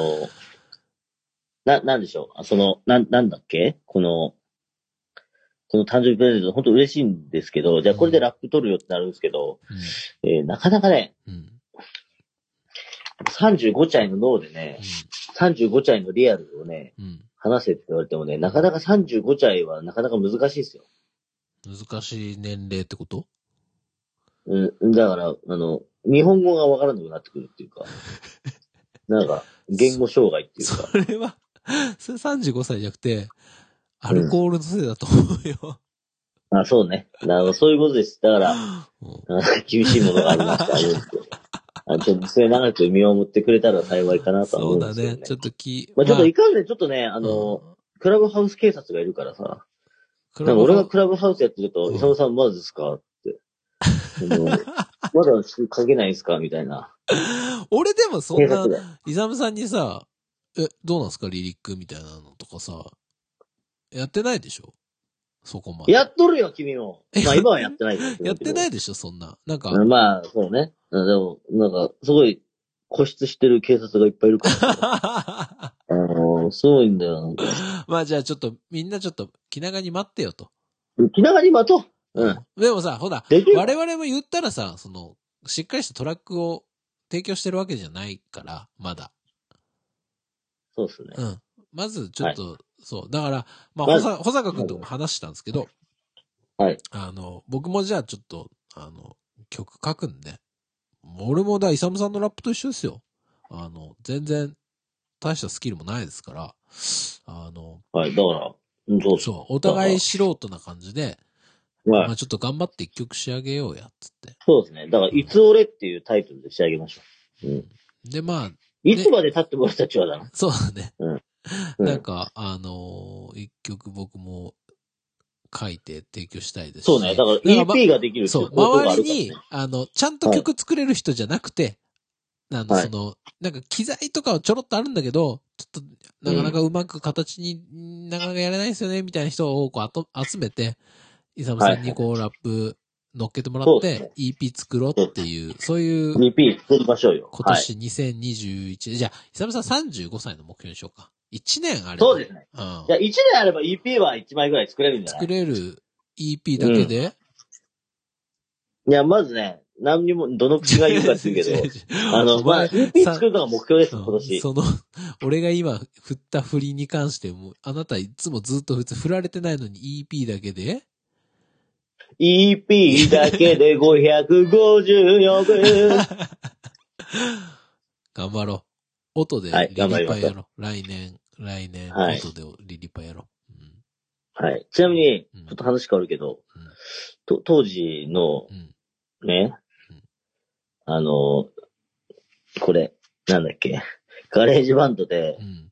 な、なんでしょう。あその、なん、なんだっけこの、この誕生日プレゼント、本当嬉しいんですけど、じゃあこれでラップ取るよってなるんですけど、えーなかなかね、うん。うん。 35歳の脳でね、35歳のリアルをね、うん。話せって言われてもね、なかなか35歳はなかなか難しいですよ。うん。難しい年齢ってことうん、だから、あの、日本語がわからなくなってくるっ ていうか、なんか、言語障害っていうか、それは、それ35歳じゃなくて、アルコールのせいだと思うよ。あ、そうね。あの、そういうことです。だから、 うんなんか厳しいものがありました。あれですよあちょっとそれ長く見守ってくれたら幸いかなとは思そううんだですよね。ね。ちょっとき、まあ、ちょっといまかんせんちょっとね、ああの、うんクラブハウス警察がいるからさ、クなラんブかハウ俺がクラブハウスやってると、うんイサムさんまだですかって。あ のまだ書けないですかみたいな。俺でもそん警な察、が。イザムさんにさ、え、どうなんすかリリックみたいなのとかさ、やってないでしょそこまで。やっとるよ、君 も。まあ今はやってないけどやってないでしょそんな。なんか、うんまあ、そうね。うんでも、なんか、すごい、固執してる警察がいっぱいいる からさ。あの、すごいんだよ。なんか まあじゃあちょっと、みんなちょっと気長に待ってよと。気長に待とう。うん。。でもさ、ほら、できる我々も言ったらさ、その、しっかりしたトラックを提供してるわけじゃないから、まだ。そうですね。うん。まず、ちょっと、そう。だから、まあ、ま保ず坂保坂君とも話したんですけど、はい。あの、僕もじゃあちょっと、あの、曲書くんで。もう俺もだ、イサムさんのラップと一緒ですよ。あの、全然、大したスキルもないですから、あの、はい。だから、うんそうそそう、お互い素人な感じで、う。はまいあ。ちょっと頑張って一曲仕上げようや、つって。そうですね。だから、いつ俺っていうタイトルで仕上げましょう。うん。で、まあ、いつまで経っても俺たちはだな。そうだね。うんなんか、あのー一曲僕も書いて提供したいですしそうね。だからだからま EP ができるってそいうう、ことがあ周るりからねに。、あの、ちゃんと曲作れる人じゃなくて、あの、はいその、なんか機材とかはちょろっとあるんだけど、ちょっと、なかなかうまく形に、なかなかやれないですよね、みたいな人をこうあと集めて、イサムさんにこう、ラップ乗っけてもらっそうですてね、 EP 作ろうっていう、そういう、 EP 作りましょうよ。今はい。年2021、じゃあ、イサムさん35歳の目標にしようか。1年あれば。そうですね。うんじ。ゃあ1年あれば EP は1枚ぐらい作れるんじゃな作いれる EP だけで、いや、まずね、何にも、どの口が言うかって言うけ 違どう、違うあの、おまあ、前 EP 作るのが目標です、うん今年。その、 俺が今振った振りに関しても、あなたいつもずっと普通振られてないのに EP だけで EP だけで554億。 頑張ろう。音ではいリリ頑張りまパすやろ。来年、来年、はい音でリリパやろ。うんはい。ちなみにうん、ちょっと話変わるけどうん、と当時のうん。ねうん、あの、これ、なんだっけ、ガレージバンドでう、ん。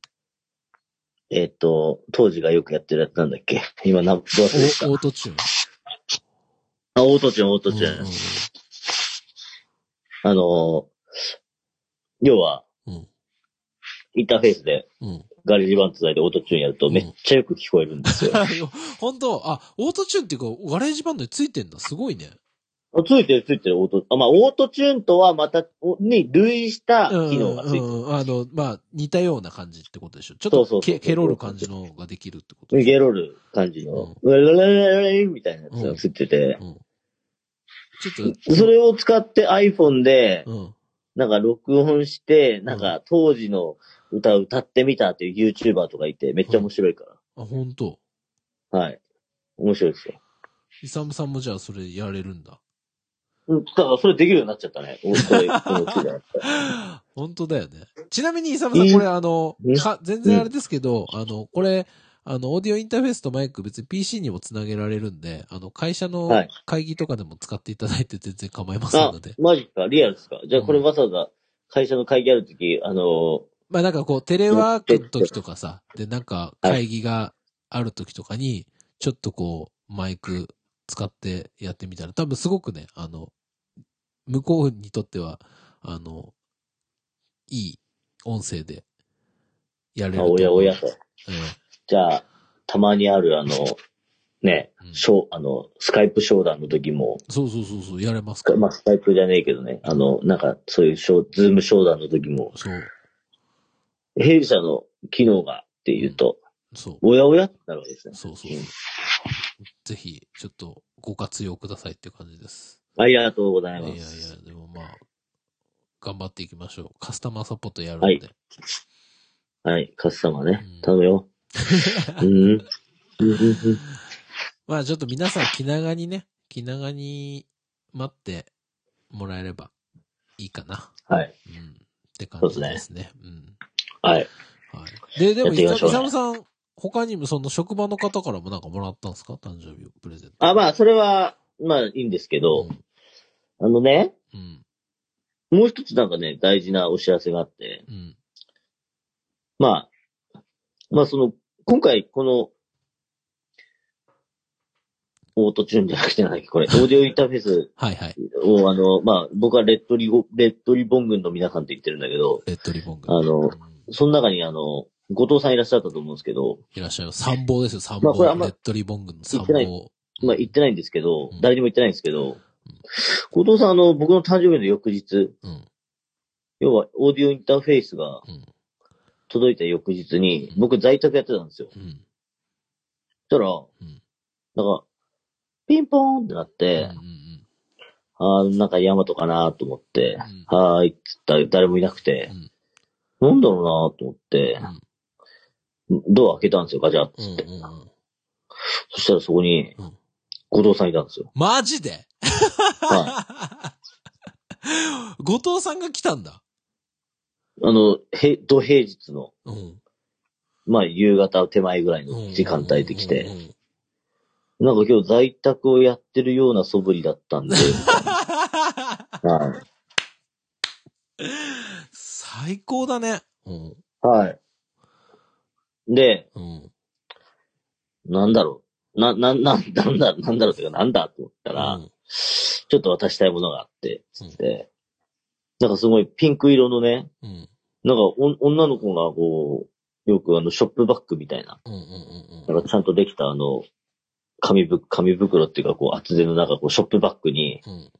えっと、当時がよくやってるやつなんだっけ、今何分忘れたおオートチューン。あ、オートチューン、オートチュうんーン。あの、要は、うんインターフェースでうんうん。 ガレージバンド伝えてオートチューンやるとめっちゃよく聞こえるんですよ。本当あ、オートチューンっていうか、ガレージバンドについてんだ。すごいね。あついてるついてる、オート、あまあ、オートチューンとはまた、おに類したうん機能がついてる。うんあの、まあ、似たような感じってことでしょ。ちょっそとうそうそうケケロる感じのができるってことでしょゲロる感じの、うらららららみたいなやつがついてて、うんちょっそれを使って iPhone で、と、うん。なんか録音して、なんか当時の歌を歌ってみたっていう YouTuber とかいて、めっちゃ面白いかあ、本当。ら。はい。面白いですよ。イサムさんもじゃあそれやれるんだ。うんだからそれできるようになっちゃったね。おこれこの機材本当だよね。ちなみにイサムさん、これあのうん、か全然あれですけど、あの、これ、あの、オーディオインターフェースとマイク別に PC にもつなげられるんで、あの、会社のはい会議とかでも使っていただいて全然構いませんあので。、マジか、リアルですか。じゃあこれわざわざ会社の会議あるとき、あのーまあなんかこう、テレワークの時とかさ、で、なんか会議がある時とかに、ちょっとこう、マイク使ってやってみたら、多分すごくね、あの、向こうにとっては、あの、いい音声でやれるあと思う。おやおやと。えじゃあ、たまにあるあの、ね、えうんショー、あの、スカイプ商談の時も、そうそうそうそう、やれますスカかまあ、スカイプじゃねえけどね、あの、なんか、そういうショー、ズーム商談の時も、そう、弊社の機能がっていうと、そう。おやおやってなるわけですね。そうそうそう。ぜひ、ちょっとご活用くださいっていう感じです。ありがとうございいやまいやす。、でもまあ、頑張っていきましょう。カスタマーサポートやるんで。はいはい、カスタマーねうん、頼む よ。うん。うんうんうんまあちょっと皆さん気長にね、気長に待ってもらえればいいかな。はい。うん。って感そうじでですね。はい。うん。はい。で、でも、やっていきましょイうねサムさん、他にもその職場の方からもなんかもらったんですか誕生日をプレゼント。あ、まあ、あ、それは、まあ、いいんですけど、うあのね、ん。もう一つなんかね、大事なお知らせがあって、うん。まあ、まあその、今回この、オートチューンじゃなくてなんだっけ、 これ、オーディオインターフェースはいはい。を、あの、まあ、僕はレッドリゴ、レッドリボン軍の皆さんって言ってるんだけど、レッドリボンが。あのうんその中にあの、後藤さんいらっしゃったと思うんですけど、いらっしゃいます。参謀ですよ、参まあこ謀。れあんまレッドリボン軍の参言って謀。まあ言ってないんですけどうん、誰にも言ってないんですけど、後藤さんあの、僕の誕生日の翌日、うん。要はオーディオインターフェースがうん。届いた翌日に、僕在宅やってたんですよ。うん。そしたら、んなんか、ピンポーンってなっうん。うて、ん。あーなんか山とかなと思って、うんはーいって言ったら誰もいなくて、なんだろうなと思って、ドア開けたんですよ、ガチャってうん。うん。って。うんうん。そしたらそこにうん、後藤さんいたんですよ。マジでは後藤さんが来たんだ。い。あの、へ、土平日の、うん。まあ、夕方手前ぐらいの時間帯でう来んうて、んうんうん。なんか今日在宅をやってるような素振りだっ たんで、は最高だね。うん。い。はい。で、うん。なんだろう。な、な、な、なんだ、なんだろうっていうか、なんだと思ったら、うんちょっと渡したいものがあって、つって、なんかすごいピンク色のね、うん。なんかお女の子がこう、よくあの、ショップバッグみたいな、うんうんうんなんかちゃんとできたあの、紙ぶ、紙袋っていうか、こう、厚手のなんかこう、ショップバッグに、うん。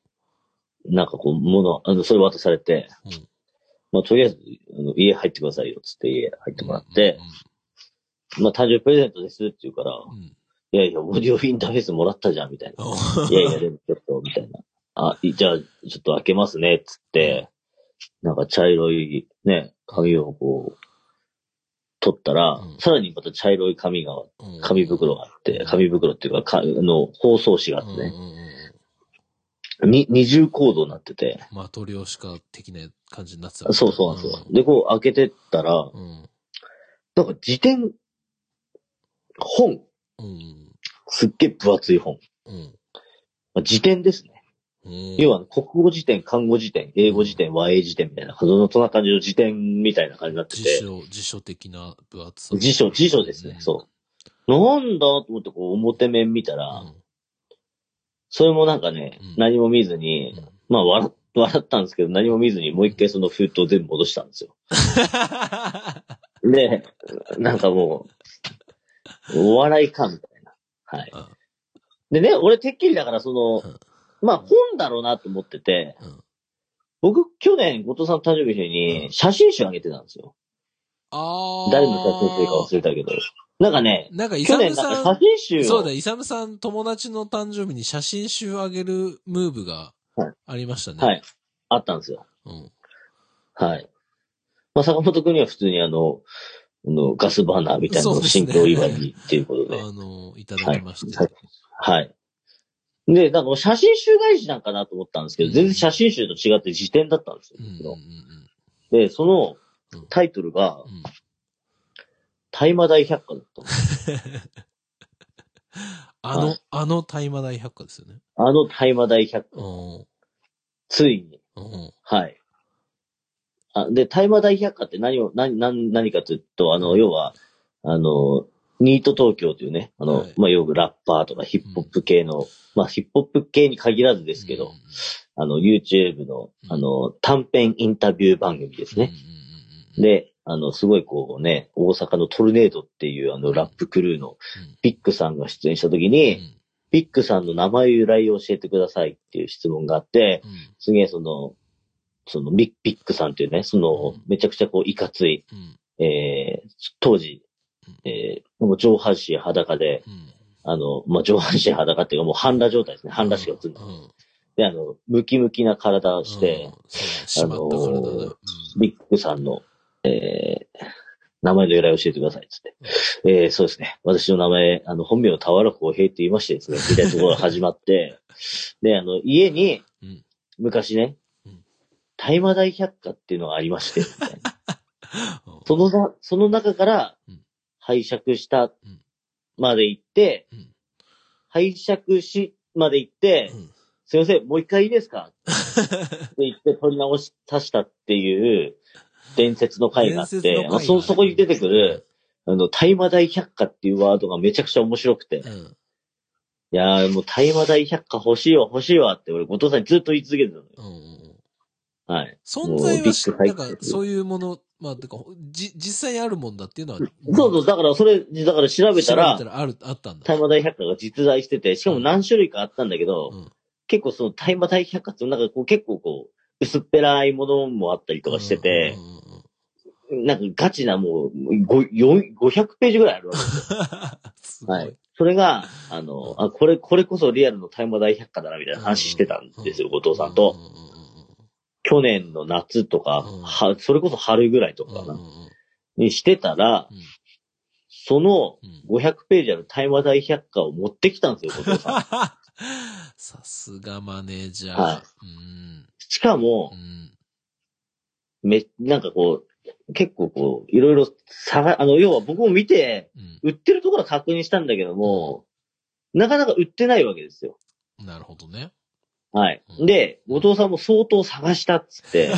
うん。なんかこう、物、あの、それ渡されて、うんまあ、とりあえず、あの家入ってくださいよ、つって家入ってもらって、まあ、誕生日プレゼントですって言うから、うん、うん。いやいや、オーディオインターフェースもらったじゃん、みたいな。いやいや、でもちょっと、みたいな。あ、いじゃあ、ちょっと開けますね、つって、なんか茶色い、ね、紙をこう、取ったら、うんさらにまた茶色い紙が、うん紙袋があって、紙袋っていうか、かあの、包装紙があってうんね、うんうんに二重コードになってて、まあ、取り押しか的な感じになってたもんね。そうそうなんですよ。で、こう開けてったら、うん。なんか辞典、本、うん。すっげえ分厚い本。うん。まあ辞典ですね。うん。要は、国語辞典、漢語辞典、英語辞典、和英辞典みたいな、そのそんな感じの辞典みたいな感じになって辞て、書、辞書的な分厚さ。辞書、辞書ですね、そう。なんだと思って、こう、表面見たうら、ん。それもなんかねうん、何も見ずうに、ん。まあ、笑っ、笑ったんですけど、何も見ずに、もう一回その封筒全部戻したんですよ。で、なんかもう、お笑いか、みたいな。はい。でね、俺てっきりだからその、うんまあ本だろうなと思ってて、うん僕去年、後藤さんの誕生日の日うんに写真集あげてたんですよ。 ああ。誰の写真集か忘れたけど。なんかね、なんか、イ去サ年ムなんさかん、写真集そうをだ、イサムさん友達の誕生日に写真集あげるムーブがはいありましたね。はい。あったんですよ。うん。はい。まあ坂本くんには普通にあの、あのガスバーナーみたいなそのうをですね新居祝いにっていうことで。あの、いただきました。はいはい。で、なんかもう写真集返しなんかなと思ったんですけど、全然写真集と違って辞典だったんですようんうん。で、そのタイトルが、うんうん。大麻大百科だったんです。あの、はいあの大麻大百科ですよね。あの大麻大百科、うついに、ん。うん。はい。あで、大麻大百科って何を、何、何、何かというと、あの、要は、あの、ニート東京というね、あの、はいまあ、要はラッパーとかヒップホップ系の、まあ、ヒップホップ系に限らずでですけど、。あの、YouTube の、うんあの、短編インタビュー番組ですね。。で、あの、すごいこうね、大阪のトルネードっていうあの、ラップクルーのうんビッグさんが出演した時うに、ん。ビッグさんの名前由来を教えてくださいっていう質問があって、うん。すげえその、そのビッビッグさんっていうね、そのうん、めちゃくちゃこう、いかつい、うん。えー、当時、えー、もう上半身裸で、うん。あの、まあ、上半身裸っていうかもう半裸状態ですね。半裸しか映うんんない。で、あの、ムキムキな体をして、、しまった体だよ。ビッグさんの、えー、名前の由来を教えてください、つって。えー、そうですね。私の名前、あの、本名、俵原公平って言いましてですね、みたいなところが始まって、で、あの、家にうん、昔ねうん、大麻大百科っていうのがありまして、みたいなうんそのな、その中からうん、拝借したんまで行ってうん、拝借しまで行ってう、んすいません、もう一回いいですかって言って取り直し、足したっていう伝説の回があっ伝説のて、回まあ、そ、そこに出てくる、、あの、大麻大百科っていうワードがめちゃくちゃ面白くて、いうん。やーもう大麻大百科欲しいわ、欲しいわって俺、後藤さんにずっと言い続けてたのよ。うんうんはい。存在はし、もうビなッんグかサイ、ズそういうもの、まあ、てか、じ、実際にあるもんだっていうのは、そうそう、だからそれ、だから調べたら調、ある、あったんだ大。麻大百科が実在してて、しかも何種類かあったんだけど、うん結構その大麻大百科ってなんかこう結構こう、薄っぺらいものもあったりとかしてて、うんうんうんうんなんかガチなもう、ごよん500ページぐらいあるわけ。すごはいい。。それが、あの、あ、これ、これこそリアルの大麻大百科だな、みたいな話してたんですよ、うん後藤さんと。。去年の夏とか、うんは、それこそ春ぐらいとうんうかんかうんな、にしてたらうん、そのうんうん。 500ページある大麻大百科を持ってきたん ですよ、後藤さん。さすがマネージャー。はいうん。しかもう、ん。め、なんかこう、結構こう、いろいろ探、あの、要は僕も見て、うん売ってるところは確認したんだけども、なかなか売ってないわけですよ。なるほどね。はい。うんで、後藤さんも相当探したっつって、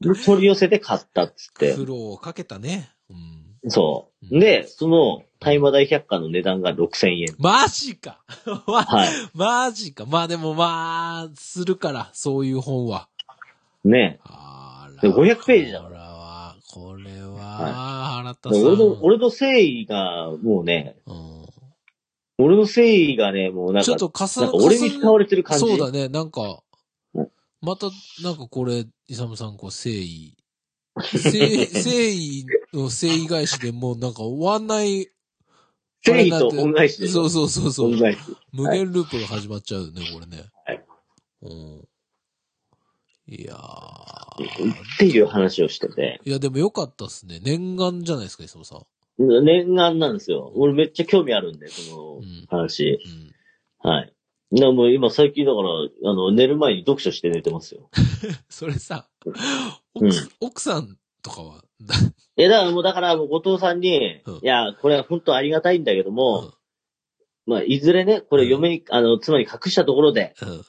で取り寄せて買ったっつって、苦労をかけたね。うん。そうう。んで、その、大麻大百科の値段が6000円。マジかわはい。 マジか。まあでもまあ、するから、そういう本は。ねあら。でも500ページだかこれは、これは、原田え。さん。俺の、俺の誠意が、もうね、うん俺の誠意がね、もうなんちょかっ、とかさ、なんか俺にかす使われてる感じ。そうだね、なんかうん、また、なんかこれ、イサムさん、こう、誠意。誠 意、誠意の誠意返しでもうなんか終わんない。誠意と恩返しです。そうそうそうそう恩。返し。無限ループが始まっちゃうよね、これね。はい。うん。いやー。っていう話をしてて。いや、でもよかったっすね。念願じゃないですか、イサムさん。念願なんですよ。俺めっちゃ興味あるんで、そうんの話。うん。はい。な、もう今最近だから、あの、寝る前に読書して寝てま すよ。それさ、う奥んさん奥さんとかは、いや、だからもう、だからもう、後藤さんに、うんいや、これは本当ありがたいんだけども、まあ、いずれね、これうん嫁に、あの、妻に隠したところで、うん。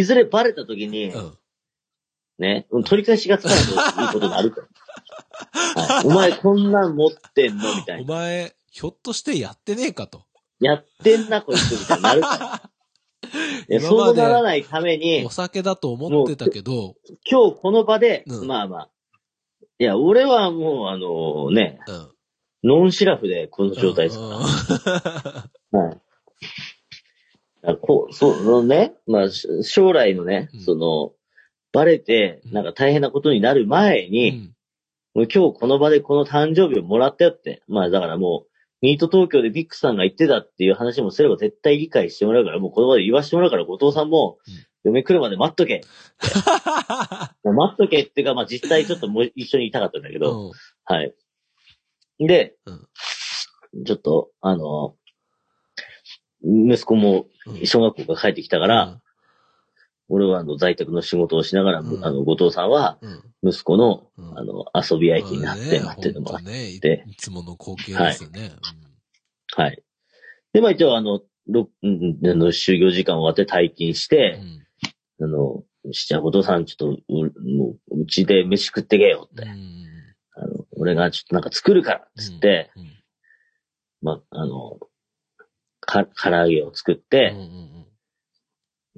いずれバレた時に、うん。ね、取り返しがつかないといいことがあるから。 はいお前こんなん持ってんのみたおいな。前、ひょっとしてやってねえかと。やってんな、こいつ、みたいになる から。いや今まそうでならないためにお、酒だと思ってたけど、今日この場で、うんまあまあ。いや、俺はもう、あのね、うん。ノンシラフでこの状態ですうかんら。はい。あこう、そう、そのね、まあ、し将来のねうん、その、バレて、うんなんか大変なことになる前うに、ん。もう今日この場でこの誕生日をもらったよって、まあだからもう、ミート東京でビックさんが言ってたっていう話もすれば絶対理解してもらうから、もうこの場で言わしてもらうから、後藤さんもうん、嫁来るまで待っとけ。待っとけっていうか、まあ実際ちょっともう一緒にいたかったんだけど、うんはい。で、うんちょっと、あの、息子もうん小学校から帰ってきたから、俺はあの在宅の仕事をしながら、うんあの、後藤さんはうん、息子の、うんあの、遊び相手になってまあ待ってるのもほらっんて、とね、いていつもの光景ですよね。はい。で、まあ一応あの、ろうんうんあの就業時間終わって退勤しうんて、あの、じゃあ後藤さんちょっと、う、もう、うちで飯食ってけよっうんて、あの、俺がちょっとなんか作るから、っつって、うんまあ、あの、か、唐揚げを作っうんて、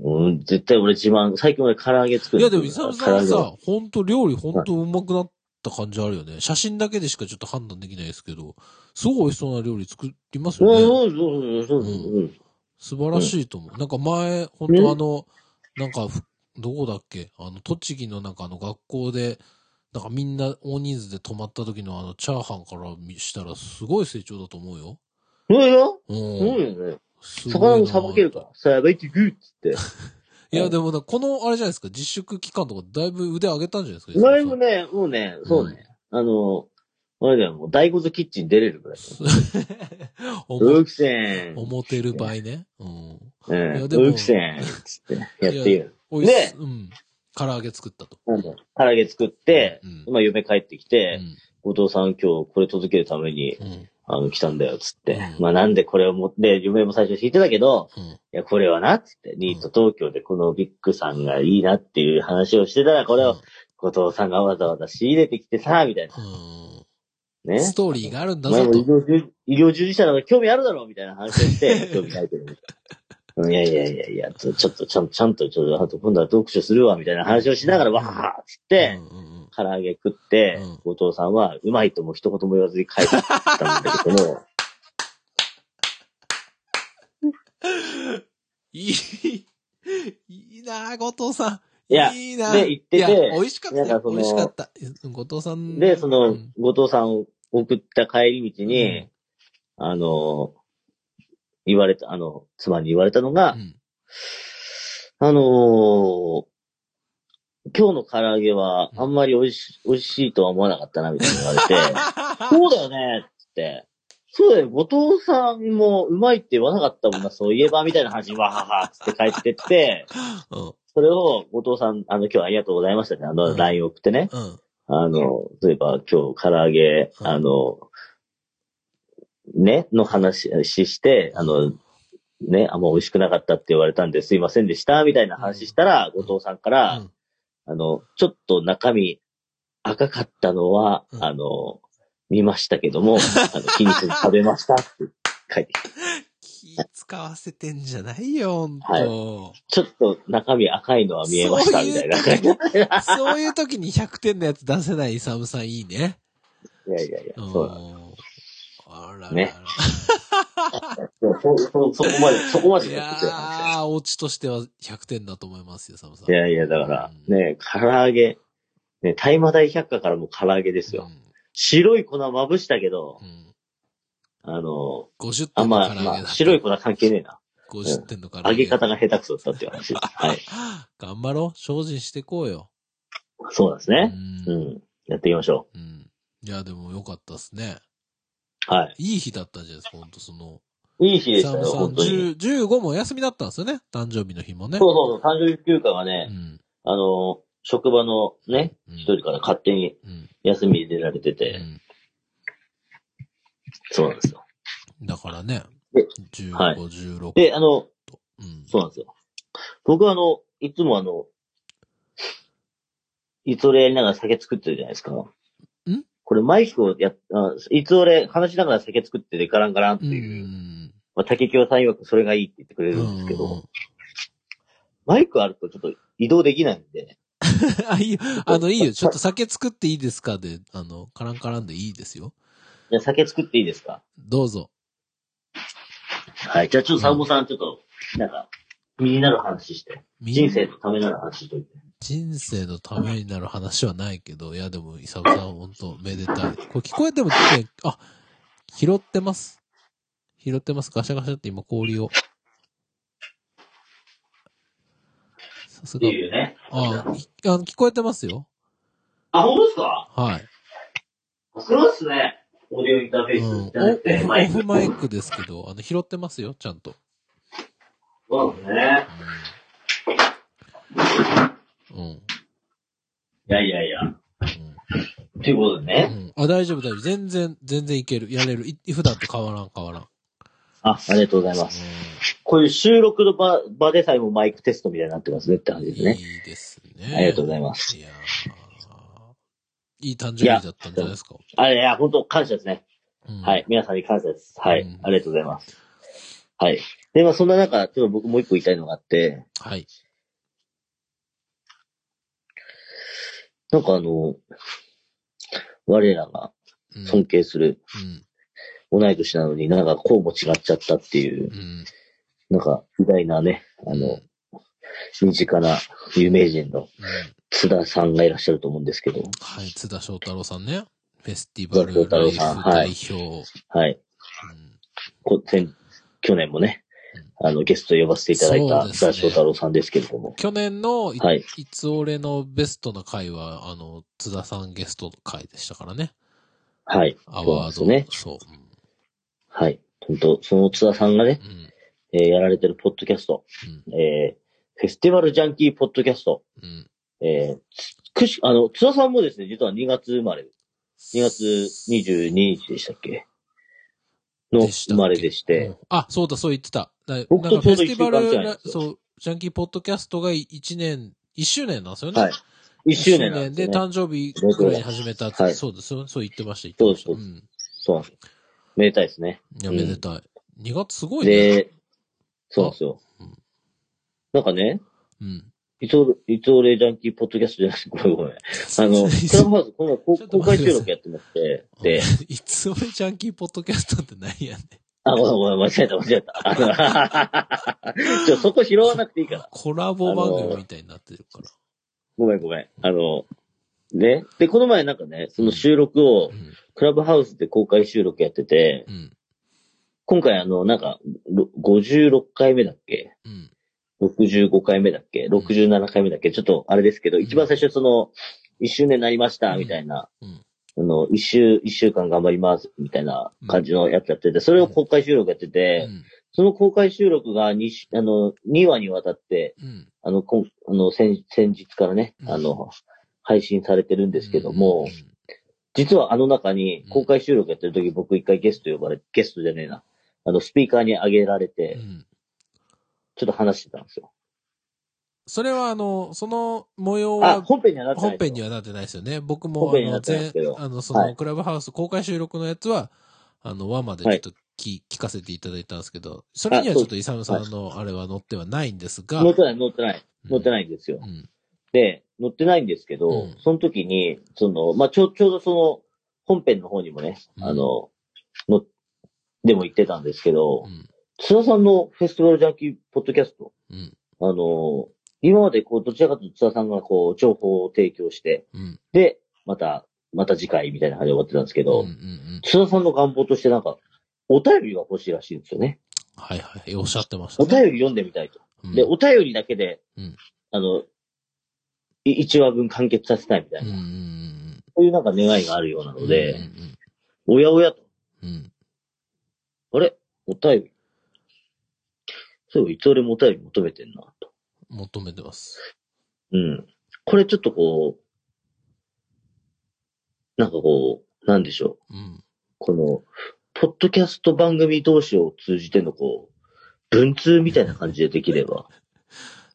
うんうん、絶対俺自慢、最近俺唐揚げ作うんるいや、でも、イサムさんは唐揚さ、ほんと料理ほんとうまくなった感じあるよね。写真だけでしかちょっと判断できないですけど、すごい美味しそうな料理作りますげをよね。うん、うん、うん、うん、うん。素晴らしいと思う。なんか前、本当あの、なんかふ、どこだっけあの、栃木のなんかあの学校で、なんかみんな大人数で泊まった時のあの、チャーハンから見したらすごい成長だと思うよ。そうよ。うそうよん。ね。すご魚いもなさばけるから。さばいてグーっつって。いや、でもな、この、あれじゃないですか、自粛期間とかだいぶ腕上げたんじゃないですか。だいぶね、もうね、そうね。あの、あれだよ、もう、大骨キッチン出れるぐらい。 おも。ウークセン。思ってる場合ね。うん。ういん、ウやでもークセン。つって、やっている。おいしねうん。唐揚げ作ったと。なんだよ唐揚げ作ってう、ん。まあ、嫁帰ってきうて、ん。後藤さん今日これ届けるために、うん。あの、来たんだよ、つって。うんまあ、なんでこれを持って、夢も最初弾いてたけど、うん。いや、これはな、つって、ニート東京でこのビッグさんがいいなっていう話をしてたら、これを後藤さんがわざわざ仕入れてきてさ、みたいな。うん。ね。ストーリーがあるんだお前ぞも医と。療従医療従事者だから興味あるだろうみたいな話を して、興味ないけど。うんいやいやいやいや、ちょちょっと、ちゃんちゃんと、ちょっと、あと今度は読書するわ、みたいな話をしながら、うんわーっつって、うんうんうん唐揚げ食って、後藤さんは、うまいとも一言も言わずに帰ってきたんだけ ども、いい、いいなあ後藤さん。いやいいなあで言ってていや美味しかったなよん。かそ美の味しかった。うん後藤さん。で、そうのん、後藤さんを送った帰り道に、うんあの、言われた、あの、妻に言われたのが、うんあのー今日の唐揚げはあんまり美味し美味しいとは思わなかったな、みたいに言われ て、そうだよね、つって。そうだよ、後藤さんもうまいって言わなかったもんな、そういえば、みたいな話、わはは、つって帰ってって、うん。それを後藤さん、あの、今日はありがとうございましたね、あうの、ん LINE 送ってね。うん。あの、例えば今日唐揚げ、うんあの、ね、の話しして、あの、ね、あんま美味しくなかったって言われたんですいませんでした、みたいな話したら、うん後藤さんから、あの、ちょっと中身赤かったのは、うんあの、見ましたけど も、あの、気にせず食べましたって書いてきて、気使わせてんじゃないよ、ほんはいと。ちょっと中身赤いのは見えましたみたいなそう感いうじ。いそういう時に100点のやつ出せないイサムさんいいね。やいやいや、んそうなんであららら。ねす。そうそうそこまで、そこまでいちょっやと違う話だよー、オチとしては100点だと思いますよ、イサムさん。いやいや、だから、うんね、唐揚げ。ね、大麻大百科からも唐揚げですよ。白い粉まぶしたけどう、んうんあの、 50あ点んの唐揚げまあ、だ。まあ、白い粉関係ねえな。 50点の唐揚げ。揚げ方が下手くそだったっていう 話です。はい。頑張ろう。精進していこうよ。そうなんですね。う。うんん。やっていきましょうん。いや、でもよかったっすね。う。はいい日だったんじゃないですか、ほんとその。い。いい日でしイたサムよ、さん本当に。 10 15もお休みだったんですよね。誕生日の日もね。そうそうそう、誕生日休暇がうね、ん。あの、職場のね、うん一人から勝手にうん。休み入れられてうて、んそうなんですよ。だからねで。 15、はい16。で、あの、うん。そうなんですよ。僕はあの、いつもあの、いつ俺やりながら酒作ってるじゃないですか。んこれマイクをやっ、あいつ俺話しながら酒作っててガランガランっていう、ん。まあ、竹京さん曰くそれがいいって言ってくれうるんですけど、ん。マイクあるとちょっと移動できないんで、あ、いいよ。あの、いいよ。ちょっと酒作っていいですかで、あの、カランカランでいいですよ。じゃあ酒作っていいですかどうぞ。はい。じゃあちょっとサンボさんちょっと、なんか、身になる話して、みん人生のためなる話しといて。人生のためになる話はないけど、いやでも、イサムさん本当めでたい。これ聞こえても、ね、あ、拾ってます。拾ってます。ガシャガシャって今氷を。さすってが。いうね。あいあの、聞こえてますよ。あ、本当ですかはい。すごいっすね。オーディオインターフェうん、ーオスじゃなくて、フマイオクフ。マイクですけど、あの、拾ってますよ、ちゃんと。そうですね。うん。うん。いやいやいや。うんということでうね。ん。あ、大丈夫、大丈夫。全然、全然いける。やれる。い普段と変わらん、変わらん。あ、ありがとうございます。うんこういう収録の場場でさえもマイクテストみたいになってますねって話ですね。いいですね。ありがとうございます。いやーいい誕生日だったんじゃないですか。あれ、いや、本当感謝ですね。うんはい。。皆さんに感謝です。はい。うんありがとうございます。はい。で、まあそんな中、ちょっと僕もう一個言いたいのがあって、はい。なんかあの、我らがうん。尊敬するうん同い年なのになんかこうも違っちゃったっていうう、ん。なんか偉大なね、あうんの、身近な有名人うのん津田さんがいらっしゃると思うんですけど、はい。津田翔太郎さんね。フェスティバル津田ライ翔フ太代郎さん表。うんはい。こ先去年もね、あの、ゲストで呼ばせていただいそうた、ですねダ翔太郎さんですけれども。去年のい、はい。いつ俺のベストな回は、あの、津田さんゲストの回でしたからね。はい。アそうなんワでーすド。よね。そう。はい。本当その津田さんがね、うん。うんえーやられてるポッドキャスト、えーフェスティバルジャンキーポッドキャスト、うん。うん。えーつくし、あの、津田さんもですね、実は2月生まれ、2月22日でしたっけのでした生っけまれでしうてん、あ、そうだ、そう言ってた。だ僕なんとかフちェょうどス一ティ週バ間ル違いなんラですよそう、ジャンキーポッドキャストが1年、1周年なんですよね。はい。1周年なん一ですで、よね。誕生日くらいに始めたって、はいそうですよ。そう言ってました、言ってました。そううでん。そうなんですよ。めでたいですね。いや、めでたい。2月すごいね。で、そうなんですようん。なんかね、うん。いつ俺、いつ俺ジャンキーポッドキャストじゃなくて、ごめんごめん。あの、クラブハウス、この公ちょっと公待っ開てください収録やってまして、で、 いつ俺ジャンキーポッドキャストって何やねん。あ、ごめんごめん、間違えた、間違えた。あの ちょ、そこ拾わなくていいから。コラボ番組みたいになってるから。ごめんごめん。あの、ね。で、この前なんかね、その収録う、をん。クラブハウスで公開収録やってて、うん。今回あの、なんか、ろ56回目だっけうん。 65回目だっけ ?67 回目だっけちょっとあれですけど、ん一番最初その、1周年になりましうた、んみたいなうん。あの、1週、一週間頑張ります、みたいな感じのやつやってて、それを公開収録やってて、その公開収録が2、あの、2話にわたって、うん。あの、こんあの先、先日からねう、んあの、配信されてるんでですけども、実はあの中にうん公開収録やってる時僕一回ゲスト呼ばれ、ゲストじゃねえな。あの、スピーカーに上げられうて、ん。ちょっと話してたんですよ。それはあの、その模様あ、は本編にはなってない本です編よ。にはなってないですよね。僕も、本あ編にの、はなってないで全すけど、あの、そはの、いクラブハウス公開収録のやつは、あの、1までちょっと聞聞かせていただいたんですけど、それにはちあそうょっとイサムさんのあれは載ってはないんですが、載ってない、載ってない。載ってい。ないんですよ。うん。で、載ってないんですけど、うんその時に、その、まあ、ちょ、ちょうどその、本編の方にもね、うんあの、の、でも言ってたんですけどう、ん。津田さんのフェスティバルジャンキーポッドキャスト、うん。あの、今までこう、どちらかというと津田さんがこう、情報を提供して、うん。で、また、また次回みたいな感じで終わってたんですけうん。ど、うんうん。津田さんの願望としてなんか、お便りが欲しいらしいんですよね。はいはい。おっしゃってましたおね。便り読んでみたいと。うんで、お便りだけで、うんあの、い1話分完結させたいみたいなうん。うんうんそういうなんか願いがあるようなうん。ので、うんうんおやおやと、うん。うん。あれお便り。そういえば、いつ俺もお便り求めてんな、と。求めてます。うん。これちょっとこう、なんかこう、なんでしょう。うん。この、ポッドキャスト番組同士を通じてのこう、文通みたいな感じでできれば、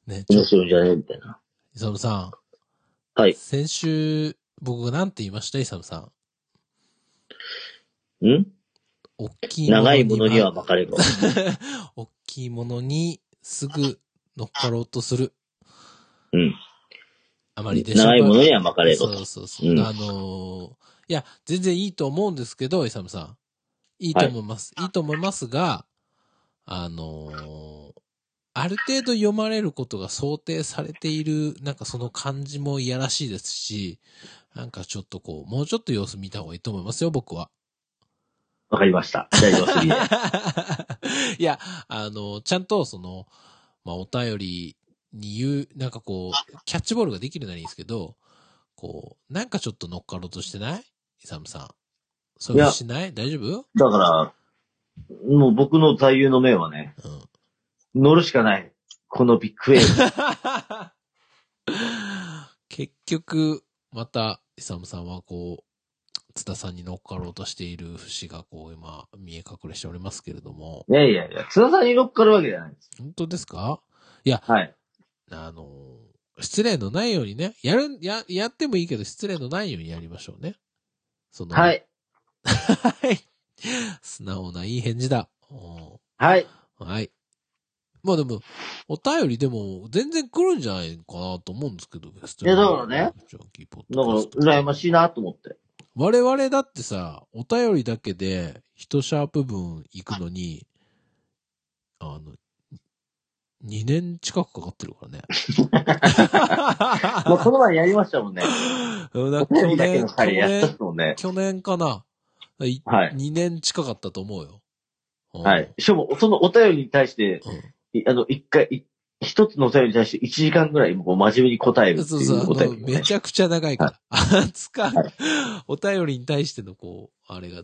ね、ちょ面っと、白いんじゃないみたいな。イサムさん。はい先週、僕が何て言いましたイサムさん。ん大きい長いものには巻かれろ。大きいものにすぐ乗っかろうとする。うん。あまりでしょうか長いものには巻かれろそうと。そうそう。うんあのーいや、全然いいと思うんですけど、イサムさん。いいと思います。い、いと思いますが、あのーある程度読まれることが想定されている、なんかその感じもいやらしいですし、なんかちょっとこう、もうちょっと様子見た方がいいと思いますよ、僕は。わかりました。大丈夫すぎ いや、あの、ちゃんとその、まあ、お便りに言う、なんかこう、キャッチボールができるならいいんですけど、こう、なんかちょっと乗っかろうとしてないイサムさん。そいれやしない大丈夫だから、もう僕の座右の銘はね、うん。 乗るしかない。このビッグウェーブ。結局、また、イサムさんはこう、津田さんに乗っかろうとしている節がこう、今、見え隠れしておりますけれども、 いやいやいや、津田さんに乗っかるわけじゃないです。本当ですかはい。あの、失礼のないようにね、やる、や、やってもいいけど、失礼のないようにやりましょうね。その、は。い。はい。素直ないい返事だ。おはい。ーはい。まあでも、お便りでも、全然来るんじゃないかなと思うんですけど、ベストいやだからね。ジャンキーポッだドかキャらスト、羨ましいなと思って。我々だってさ、お便りだけで、一シャープ分行くのに、あの、2年近くかかってるからね。 もうこの前や りました もんね。うんだおから去便りだけ年、の去回やったっ年、すもんね。去年かな。いはい。 2年近かったと思うよ。うんはい。。しかも、そのお便りに対して、ういあの、一回、い一つのお便りに対して1時間ぐらい、こう、真面目に答えるん。ってそういそう、あうおの、便り、めね。ちゃくちゃ長いから。あ、使う。お便りに対しての、こう、あれが、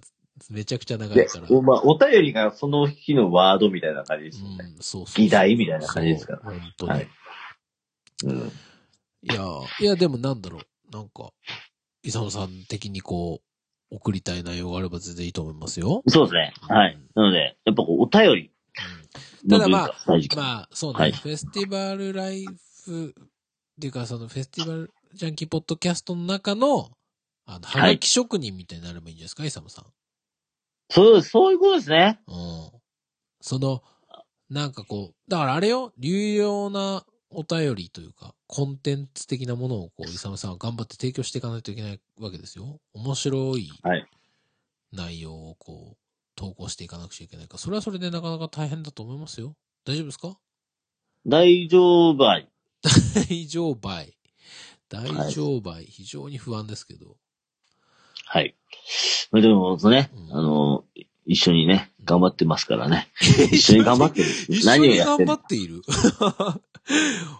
めちゃくちゃ長いでから。、おまあ、お便りがその日のワードみたいな感じですよね。うん、そうそう。議題みたいな感じですからそう本当に。はいい。うん。や、いや、でもなんだろう。なんか、イサムさん的にこう、送りたい内容があれば全然いいと思いますよ。そうですね。はい。なので、やっぱこう、お便りの文化、大事かな。まあ、そうね、はいフェスティバルライフっていうか、そのフェスティバルジャンキーポッドキャストの中の、あの、ははいがき職人みたいになればいいんじゃないですか、イサムさん。そう、そういうことですね。うん。その、なんかこう、だからあれよ、流用なお便りというか、コンテンツ的なものをこう、イサムさんは頑張って提供していかないといけないわけですよ。面白いはい内容をこう、投稿していかなくちゃいけないから、それはそれでなかなか大変だと思いますよ。大丈夫ですか大丈夫はい。大丈夫い。大丈夫い。非常に不安ですけど。はい。まあでも、そうねう、んあの、一緒にね、頑張ってますから ね。一緒に頑張ってる。一緒何をにや頑って張るっている。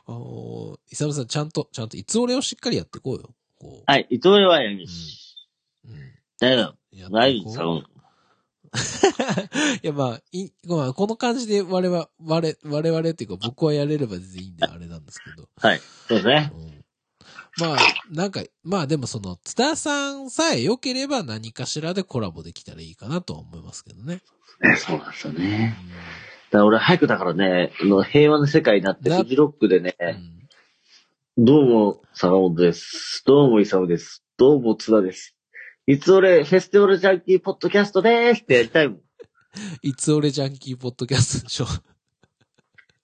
あの、イサムさん、ちゃんと、ちゃんと、いつ俺をしっかりやっていこうよ。こう。はい、伊藤はやるし。うん大丈や夫、って大い丈こ夫うですか、いや、まあ、い、まあ、この感じで我々、我々、我々っていうか僕はやれれば全然いいんで、あれなんですけど。そうですね。うんまあ、なんか、まあでもその、津田さんさえ良ければ何かしらでコラボできたらいいかなとは思いますけどね。ねそうなんですようね。んだから俺、早くだからね、あの平和な世界になって、なフジロックでね、うんどうも、坂本です。どうも、イサムです。どうも、津田です。いつ俺、フェスティバルジャンキーポッドキャストでーすってやりたいもん。いつ俺ジャンキーポッドキャストでしょ。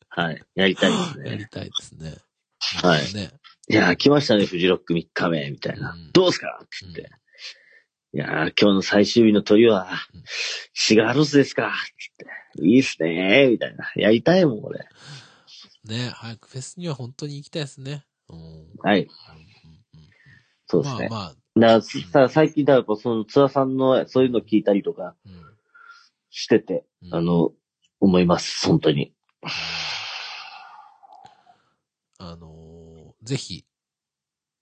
はい。やりたいですやりね。たいですね。はいなんかね。いやー、来ましたね、フジロック3日目、みたいな。うんどうすかって言って。いやー、今日の最終日の鳥はうん、シガーロスですかって言って。いいっすねー、みたいな。やりたいもん、俺。ね、早くフェスには本当に行きたいですね。うん。はい。うんそううんうんでますねあ。まあ、だからさ、最近だ、やっぱその、津田さんのそういうの聞いたりとかうんしてて、うんあの、思います、本当に。あのーぜひ、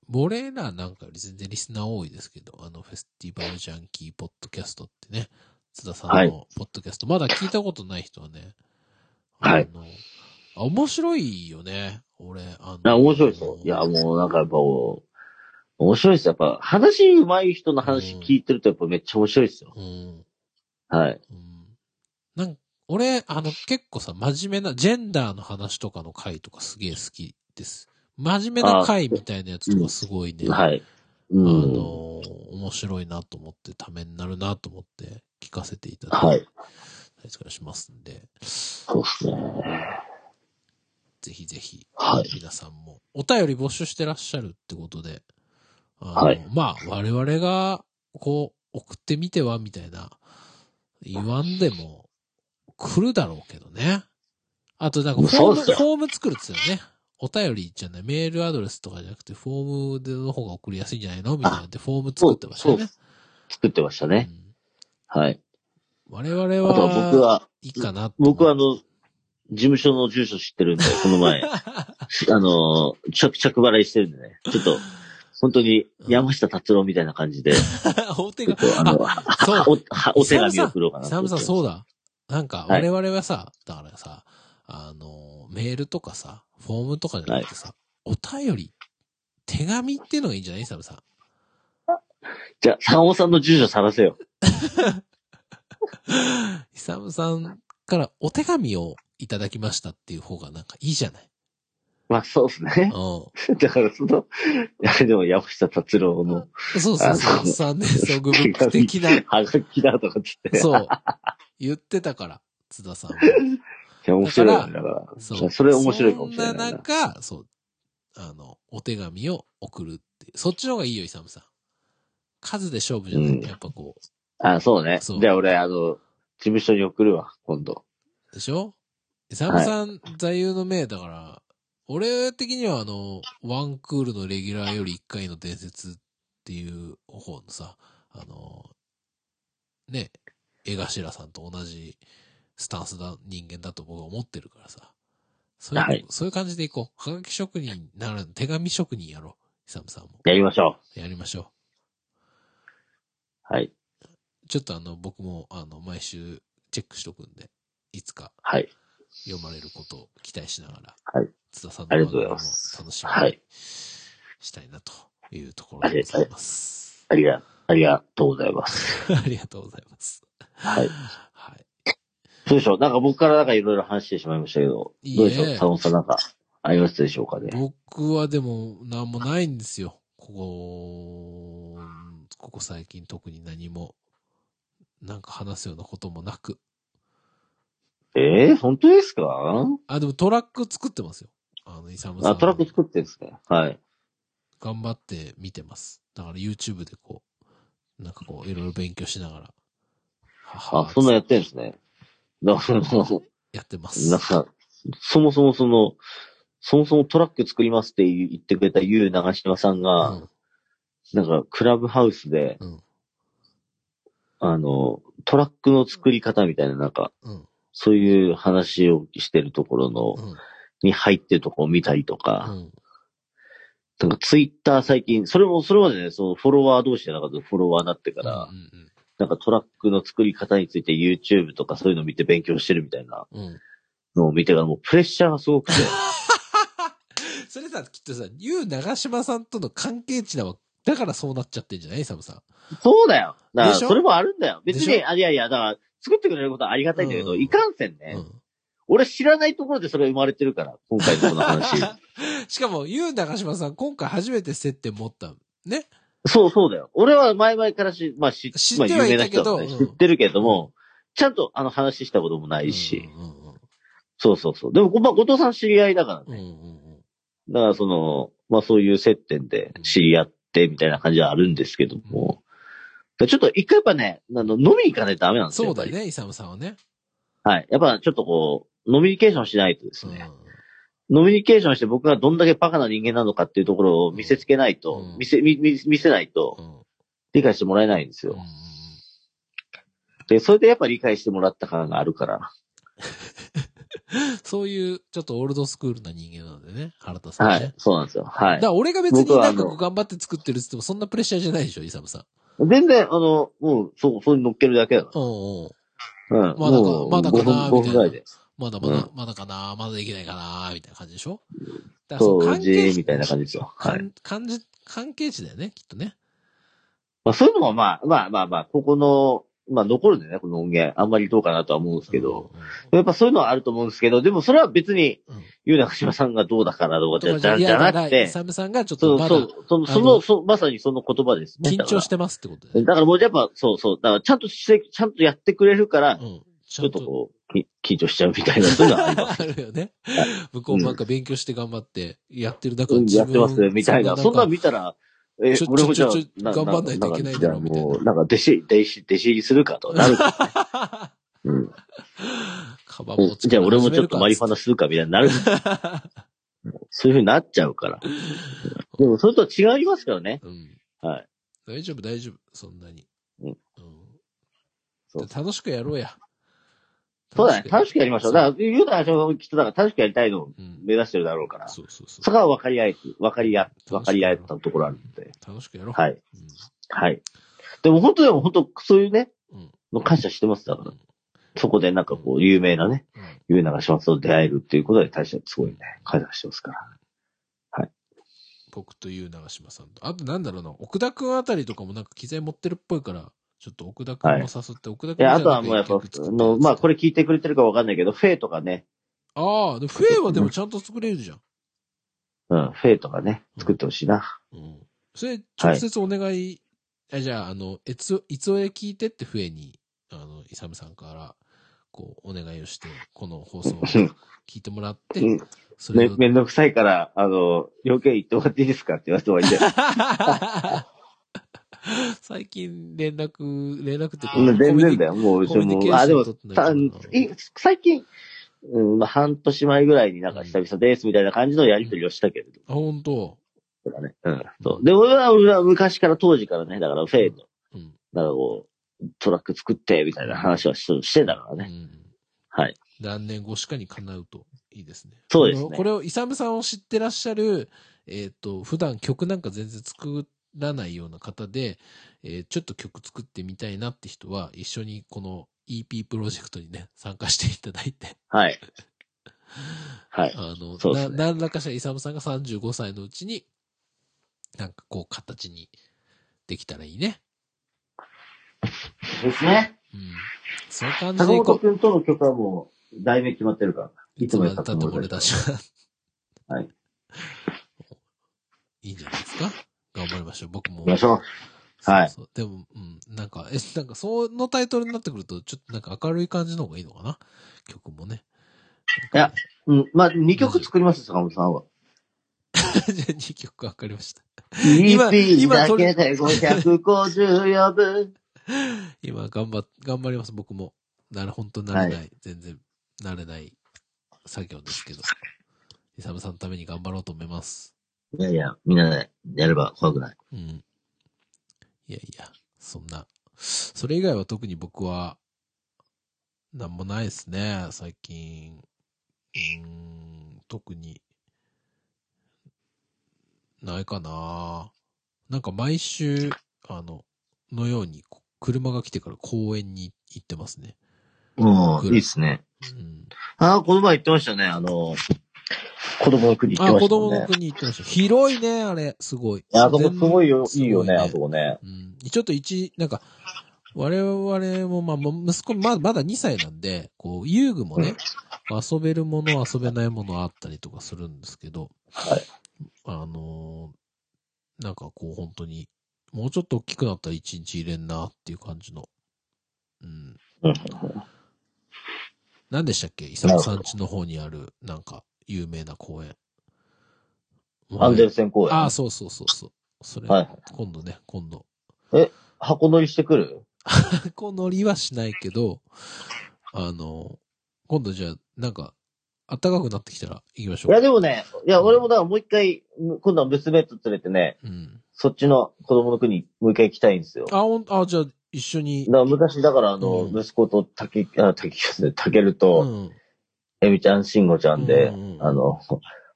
ボレーナなんかより全然リスナー多いですけど、あの、フェスティバルジャンキーポッドキャストってね、津田さんはいのポッドキャスト、まだ聞いたことない人はね、はいあのあ面白いよね、俺。あのあ、面白いですよ。いや、もうなんかやっぱもう、面白いですよ。やっぱ、話上手い人の話聞いてるとやっぱめっちゃ面白いですよ。うん。はい。うん。なんか、俺、あの、結構さ、真面目な、ジェンダーの話とかの回とかすげえ好きです。真面目な回みたいなやつとかすごいね。はい。うあのん。ー、面白いなと思って、ためになるなと思って、聞かせていただいたはりい。とかしますんで、そうですね。ぜひぜひ、はい。皆さんも、お便り募集してらっしゃるってことで、あのはいまあ、我々が、こう、送ってみては、みたいな、言わんでも、来るだろうけどね。あと、なんかフォーそム、うっすよフォーム作るっつうよね。お便りじゃない、メールアドレスとかじゃなくて、フォームでの方が送りやすいんじゃないのみたいなんで、フォーム作ってましたよね。作ってましたねう。んはい。我々あとは僕は、は、いいかなと思う僕はあ、の、事務所の住所知ってるんで、この前、あの、着着払いしてるんでね。ちょっと、本当に山下達郎みたいな感じで、 お手ちょが、っとあの、そう。おはお手紙を送ろうかなサムさん、う。そうだ。なんか、は我い々はさ、だからさ、あの、メールとかさ、フォームとかじゃなくてさ、お便り、手紙っていうのがいいんじゃないサムさん。 じゃあ、坂本さんの住所探せよ。イサムさんからお手紙をいただきましたっていう方がなんかいいじゃない。まあ、そうですね う。ん。だからその、いやでも山下達郎のそうそうあそう。そうサンデーソングブック的な、ハガキだとかっつって。そう。言ってたから、津田さんは。いや、面白いよね。だから、そう。それ面白いかもしれそんなないな。中、そう、あの、お手紙を送るっていう。そっちの方がいいよ、イサムさん。数で勝負じゃない。うんやっぱこう。あ、そうね。そうじゃあ俺、あの、事務所に送るわ、今度。でしょイサムさん、座右の銘だから、俺的にはあの、ワンクールのレギュラーより一回の伝説っていう方のさ、あの、ね、江頭さんと同じスタンスだ、人間だと僕は思ってるからさ。そういう、はいそういう感じでいこう。はがき職人にならぬ、手紙職人やろう。イサムさんも。やりましょやりましょう。はい。う。ちょっとあの、僕も、あの、毎週チェックしとくんで、いつかはい。読まれることを期待しながら、はい。津田さんのあり番がと組うごもざい楽ますしみはにい。したいなというところでございます。ありが、ありがとうございます。 ありがとうございます。はい。はい。どうでしょうなんか僕からなんかいろいろ話してしまいましたけど、いいえどうでしょう坂本さんなんかありましたでしょうかね。僕はでも、なんもないんですよ。ここ、ここ最近特に何も、なんか話すようなこともなく。えー、本当ですかあ、でもトラック作ってますよ。あの、イサムさんあ、の。トラック作ってるんですね。はい。頑張って見てます。だから YouTube でこう、なんかこう、いろいろ勉強しながら、はあ、そんなやってるんですね。だから、やってまなんす。か、そもそもその、そもそもトラック作りますって言ってくれたゆう長島さんうが、ん。なんか、クラブハウスで、うん。あの、トラックの作り方みたいな、なんか、うん。そういう話をしてるところうの、ん。に入ってるとこを見たりとうか、ん。なんかツイッター最近、それも、それまでね、そのフォロワー同士じゃなかったフォロワーになってからう、ん。なんかトラックの作り方について YouTube とかそういうの見て勉強してるみたいなうん。うん。のを見てから、もうプレッシャーがすご くて、それさ、きっとさ、ゆう長島さんとの関係値だわ。だからそうなっちゃってんじゃないサムさん。そうだよ。だかでら、しょそれもあるんだよ。別でしに、あ、いやいや、だから、作ってくれることはありがたいんだけど、うんいかんせんね、うん。 俺知らないところでそれ生まれてるから、今回のこの話。しかも、ゆう長島さん、今回初めて接点持った。ねそうそうだよ。俺は前々からし、まあし知っまあてはい有名たなけど人だからねうん知ってるけども、ちゃんとあの話したこともないし、うんうんそうそうそう。でも、まあ、後藤さん知り合いだからうん。うんね。うんだからその、まあそういう接点で知り合ってみたいな感じはあるんですけども、だからちょっと一回やっぱね、あの飲みに行かないとダメなうんん。ですよ。そうだやっね、イサムさんはね。ぱり。はい。やっぱちょっとこう、ノミニケーションしないとですうん。ね、ノミニケーションして僕がどんだけバカな人間なのかっていうところを見せつけないと、うん見せ、見、見見せないとうんうん理解してもらえないんですうよ。んで、それでやっぱ理解してもらった感があるから。そういう、ちょっとオールドスクールな人間なんでね、原田さんね。はだい。そうなんですよ。はかい。ら俺が別に僕はなあんのかこう頑張って作ってるっつっても、そんなプレッシャーじゃないでしょ、イサムさん。全然、あの、もう、そう、そう乗っけるだけだから。うんうん。うん。まだかもうまだかな5みた分、5いな分ぐらいで。まだまだ、うまだかなまだできないかなみたいな感じでしょだからその当関係時、値みたいな感じですよ。はかい。ん感じ、関係値だよね、きっとね。まあ、そういうのもまあ、まあまあまあ、ここの、まあ残るんだよね、この音源。あんまりどうかなとは思うんですけど。うん、やっぱそういうのはあると思うんですけど、でもそれは別にうん、ゆうなかしまさんがどうだからとかじゃ、とかじじゃゃじ嫌ゃなだくイて、サムさんがちょっそとうまそだう、その、そあのの、そまさにその言葉ですね。。緊張しててますってことだよね。だからもうやっぱ、そうそう、だからちゃんとして、ちゃんとやってくれるからう、ん。ちちゃょっんとと。こう、き緊張しちゃうみたいな、そういうのはあります。 あるよね。向こうばっか勉強して頑張って、やってる中、うん、やってます自分みたいな。そんな見たら、えちょ、俺もじゃあちょちょちょ、頑張んないといけないだろうみたいなじゃあもう、なんか弟子、弟子、弟子入りするかとなる。 うん。カバン持ちじゃあ俺もちょっとマリファナするかみたいにな る。ナ。そういう風になっちゃうから。でもそれとは違いますからね。うん。はい。大丈夫、大丈夫。そんなに。うんそうで楽しくやろうや。そうだね。楽しくやりましょう。だからら、、言うたら、きっとだから楽しくやりたいのをうん。目指してるだろうから。そうそうそそこは分かり合え、分かり合、分かり合えたところあるんで。う。楽しくやろう。はうい。ん。はい。でも本当でも本当、そういうねうん、の感謝してますだからうん。そこでなんかこう、有名なね、うんゆうなが始末と出会えるっていうことに対してすごいね、感謝してますから。僕という長島さんと。あとなんだろうな、奥田くんあたりとかもなんか機材持ってるっぽいから、ちょっと奥田くんも誘って、奥田いくんや、あとはもうやっぱ、あの、まあこれ。れ聞いてくれてるかわかんないけど、フェイとかね、ああ、でフェイはでもちゃんと作れるじゃん。うん、フェイとかね、作ってほしいな。うん。それ、直接お願い、あじゃあ、あの、えつ、いつおえ聞いてってフェイに、あの、イサムさんから、こう、お願いをして、この放送を聞いてもらってうん、そめれを、めんどくさいから、あの、要件言ってもらっていいですかって言われてもいいんじゃ ない 最近連絡、連絡っていうかうん全然だよ。よ、もううちコミュニもケーシ。ョンあ、でも取って、ないたからい最近、うん、まあ半年前ぐらいになんか久々ですみたいな感じのやりとりをしたけれど。あ、本当とかね。うん。そう。で、俺は、俺は昔から当時からね、だからフェイの、うん。なんかこう、トラック作って、みたいな話はししてたからね。うんはい。何年後しかに叶うといいですね。そうですあのねこ。れを、イサムさんを知ってらっしゃる、えっ、と、普段曲なんか全然作らないような方で、えーちょっと曲作ってみたいなって人は、一緒にこの EP プロジェクトにね、参加していただい て、はい。はい。あの、そうでなすね何らかしらイサムさんが35歳のうちに、なんかこう、形にできたらいいね。ですね。うん。そういう感じ坂でいこ本う。くんとの曲はもう、題名決まってるから。いつまで経っても俺たちは。はい。 いいんじゃないですか頑張りましょう。僕も。行きましょう。はいそうそうでも、うん、なんか、え、なんか、そのタイトルになってくると、ちょっとなんか明るい感じの方がいいのかな曲もね。 いや、うん。まあ、2曲作ります、坂本さんは。じゃあ2曲わかりました。今 EP 今だ取りけで554分。今、頑張っ、頑張ります、僕も。なる、本当になれない。全然、なれない作業ですけど。イサムさんのために頑張ろうと思います。いやいや、みんなね、やれば怖くない。うん。いやいや、そんな。それ以外は特に僕は、なんもないですね、最近。うーん、特に、ないかななんか毎週、あの、のように、こ車が来てから公園に行ってますね。もう、僕らいいっすね。うん。ああ、この前言ってましたね。あの、子供の国行っあ、てま子した供もんね。の国行ってました。広いね、あれ、すごい。いや、あそこすごいよ、いいよすね、ごあそこね。うん。ちょっと一、なんか、我々も、まあ、もう息子、まだ、まだ2歳なんで、こう、遊具もね、遊べるもの、遊べないものあったりとかするんですけど、はいあのーなんかこう本当に、もうちょっと大きくなったら一日入れんなっていう感じの。うん。うん。何でしたっけ伊佐さん家の方にある、なんか、有名な公園。アンデルセン公園。ああ、そうそうそうそう。それ、はい今度ね、今度。箱乗りしてくるこう乗りはしないけど、あの、今度じゃあ、なんか、暖かくなってきたら行きましょ。いうや、でもね、いや、俺もだからもう一回、今度は娘と連れてね、うん。そっちの子供の国、もう一回行きたいんですよ。だかあ、ほん、あ、じゃあ、一緒に。ら昔、だからあの、うん息子と竹、あ、竹ですね、竹るうと、ん。えみちゃん、しんごちゃんで、うんあの、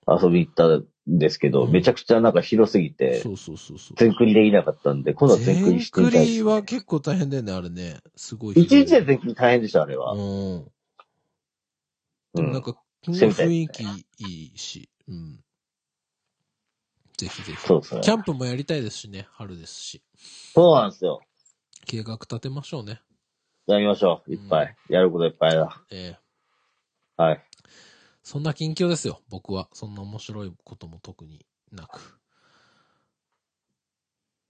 遊び行ったんですけど、うんめちゃくちゃなんか広すぎてそ、うそうそうそう。全クリできなかったんで、今度は全クリしてみたいです全。は結構大変だよね、あれね。すごい。一日で全クリ大変でした、あれは。うん。うでもなんん。か、雰囲気いいし、うん。ぜひぜひ。そうですねキ。ャンプもやりたいですしね、春ですし。そうなんですよ。計画立てましょうね。やりましょう。いっぱい。やることいっぱいだ。ええはい。そんな近況ですよ、僕は。そんな面白いことも特になく。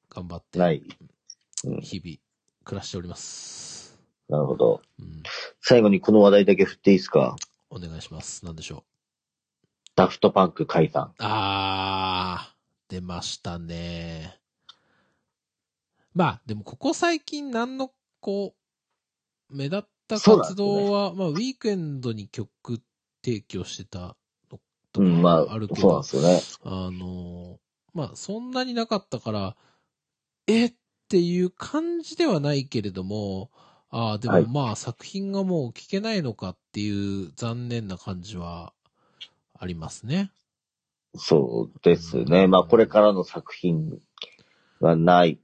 頑張って、ない。うん。日々、暮らしております。なるほど。うん。最後にこの話題だけ振っていいですかお願いします。なんでしょダフトパンク解散。う。あー、出ましたね。まあ、でもここ最近何の、こう、目立った活動は、まあ、ウィークエンドに曲提供してたのとうん、まかあ、あるけそうど、なんですよね。あの、まあ、そんなになかったから、えっていう感じではないけれども、ああ、ではもいまあ作品がもう聞けないのかっていう残念な感じはありますね。そうですね。まあ、これからの作品はない。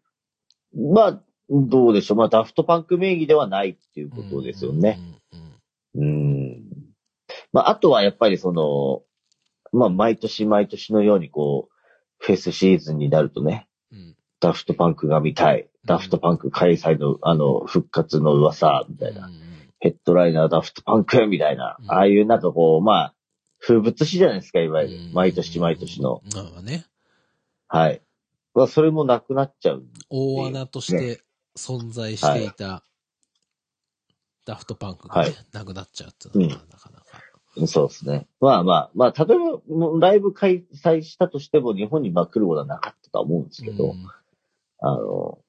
まあ、どうでしょう。まあ、ダフトパンク名義ではないっていうことですよね。うん。うんうん。まあ、あとはやっぱりその、まあ、毎年毎年のようにこう、フェスシーズンになるとね、うん。ダフトパンクが見たい。ダフトパンク開催の、あの、復活の噂、みたいなう。んヘッドライナーダフトパンクみたいなう、んああいうなんかこう、まあ、風物詩じゃないですか、いわうゆんる。毎年毎年の。。まあね、はい。まあ、それもなくなっちゃう。大穴として存在していたダフトパンクがねはいなくなっちゃうっていうのはなかなか。そうですね。まあまあ、まあ、例えば、もうライブ開催したとしても、日本にまあ来ることはなかったとは思うんですけど、うんあの、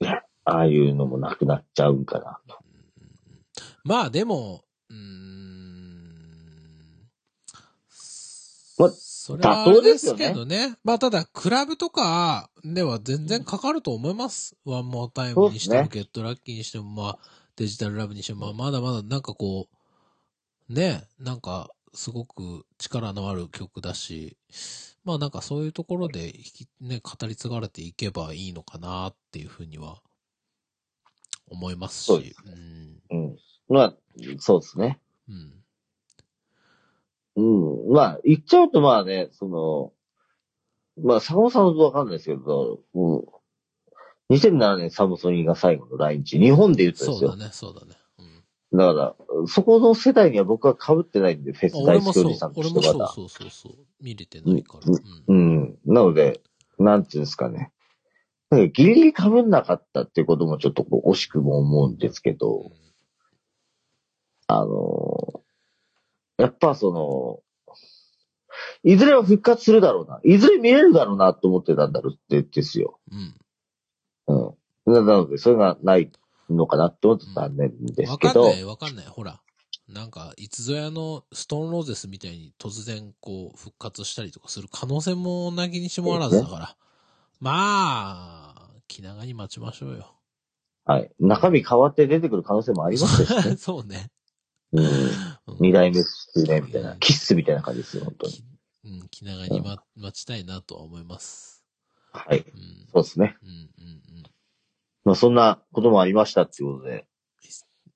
いや、ああいうのもなくなっちゃうんかな。まあでも、うーん。まあそれはあれですけ妥どね。まあただ、クラブとかでは全然かかると思います。ワンモータイムにしても、そうですゲットラッキーにしても、まあデジタルラブにしても、まあまだまだなんかこう、ね、なんかすごく力のある曲だし、まあなんかそういうところで引き、ね、語り継がれていけばいいのかなっていうふうには思いますし。そうですうんうん。まあ、そうですね。うんうん。まあ、言っちゃうとまあね、その、まあ、坂本さんはわかんないですけど、うん。2007年サムソニーが最後の来日。日本で言うとでそうすよ。だね、そうだね。うん、だから、そこの世代には僕は被ってないんで、フェス俺大も好きおそうじさん、と俺してもそまうだ。そうそうそう、見れてないから。ううんうん。なので、なんていうんですかね。なんかギリギリ被んなかったっていうこともちょっとこう惜しくも思うんですけど、あのーやっぱその、いずれは復活するだろうな。いずれ見れるだろうなと思ってたんだろうって、ですよ。うん。うん。ななので、それがないのかなって思ってたんでわすけかんど、ない、わかんない。ほら。なんか、いつぞやのストーンローゼスみたいに突然こう復活したりとかする可能性もなきにしもあらずだから。まあ、気長に待ちましょうよ。。はい。中身変わって出てくる可能性もありますしね そうね。うん。うん二代目数年みたいな、キッスみたいな感じですよ、本当に。きうん、気長に、ま、待ちたいなとは思います。はい。うん。そうですね。うん、うん、うん。まあ、そんなこともありましたっていうことで、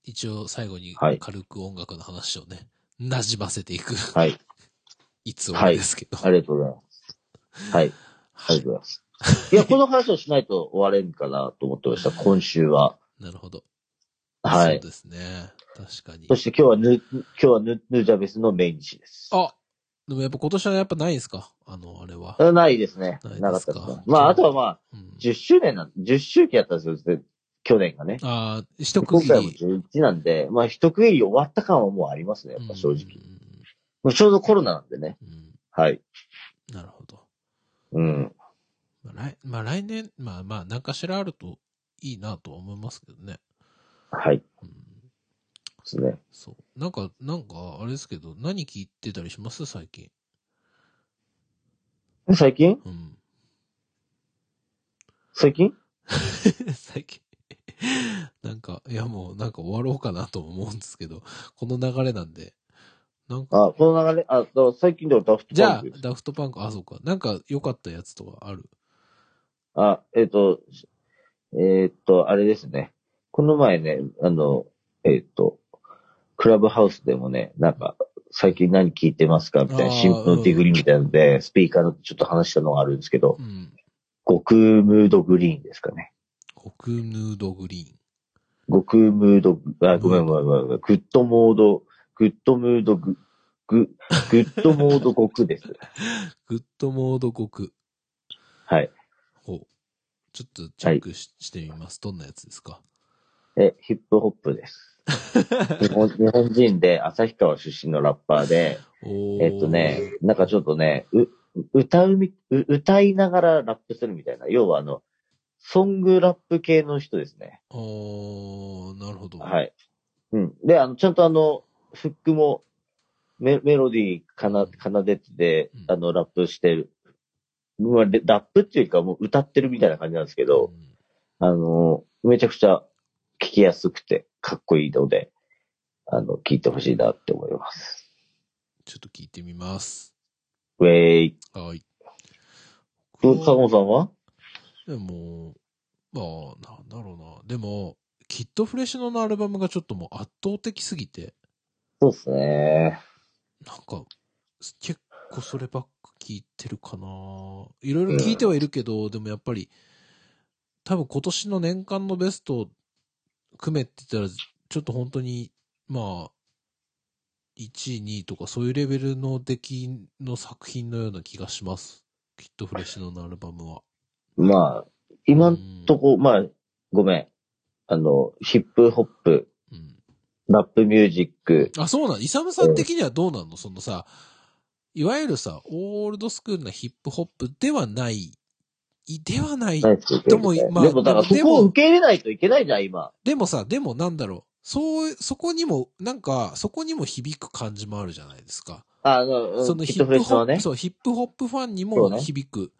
一応最後にはい軽く音楽の話をね、馴染ませていく、 はい。い、つもですけど。ありがとうございます。はい。ありがとうございます。いや、この話をしないと終われんかなと思ってました、今週は。なるほど。はそうい。ですね。確かにそ。して今日はぬ、今日はぬ、ヌジャベスの命日です。あ、でもやっぱ今年はやっぱないんすかあの、あれは。あないですね。ないですかなかったですね。まあ、あとはまあ、うん、 10周年なん、10周期やったんですよ、で去年がね。ああ、一区今切回もり。 11なんで、まあ一区切り終わった感はもうありますね、やっぱ正直。うもうちょうどコロナなんでね。ん。うんはい。なるほど。うん。まあ来まあ、来年、まあまあ、何かしらあるといいなとは思いますけどね。はい。でうん、すね。そう。なんか、なんか、あれですけど、何聞いてたりします最近。最近うん。最近最近。なんか、いやもう、なんか終わろうかなと思うんですけど、この流れなんで。なんか、あ、この流れ、あ、だから最近でもダフトじパゃンあクで、す。ダフトパンク、あ、そうか。なんか良かったやつとかある。あ、えっ、と、えっ、と、あれですね。この前ね、あの、えっ、と、クラブハウスでもね、なんか、最近何聞いてますかみあーたいな、新聞のディグリみたいなので、スピーカーのちょっと話したのがあるんですけどう、ん。極ムードグリーンですかね。極ヌードグリーン。極ムード、あ、ごめんごめんごめんごめん。グッドモード、グッドムードグ、グ、グッドモード極です。 グッドモード極。はい。ほう。ちょっとチェックし,、してみます。どんなやつですかえ、ヒップホップです。日本日本人で、旭川出身のラッパーで、おーえっとね、なんかちょっとね、う、歌うみ、う歌いながらラップするみたいな。要はあの、ソングラップ系の人ですね。おーなるほど。。はいい。うん。で、あの、ちゃんとあの、フックもメ、メロディーかな、奏でててうん、あの、ラップしてる。まあ、でラップっていうかもう歌ってるみたいな感じなんですけど、あの、めちゃくちゃ聞きやすくて、かっこいいので、あの、聞いてほしいなって思います。ちょっと聞いてみます。ウェイ。はい。どう、坂本さんはでも、まあ、なんだろうな。でも、キッドフレッシュノのアルバムがちょっともう圧倒的すぎて、そうですね。なんか、結構そればっか聞いてるかな。いろいろ聞いてはいるけど、でもやっぱり、多分今年の年間のベストを組めって言ったら、ちょっと本当に、まあ、1位、2位とかそういうレベルの出来の作品のような気がします。キッドフレッシュノのアルバムは。まあ、今んとこ、まあ、ごめん。あの、ヒップホップ、うん。ラップミュージック。あ、そうなのイサムさん的にはどうなのそのさ、いわゆるさ、オールドスクールなヒップホップではない、いではない何ですかでもまあでもだからそでもこを受け入れないといけないじゃん、今。でもさ、でもなんだろう。そう、そこにも、なんか、そこにも響く感じもあるじゃないですか。あの、うんそのヒヒットッフレプッシュホはップ、ね。そそう、ヒップホップファンにそうもね響く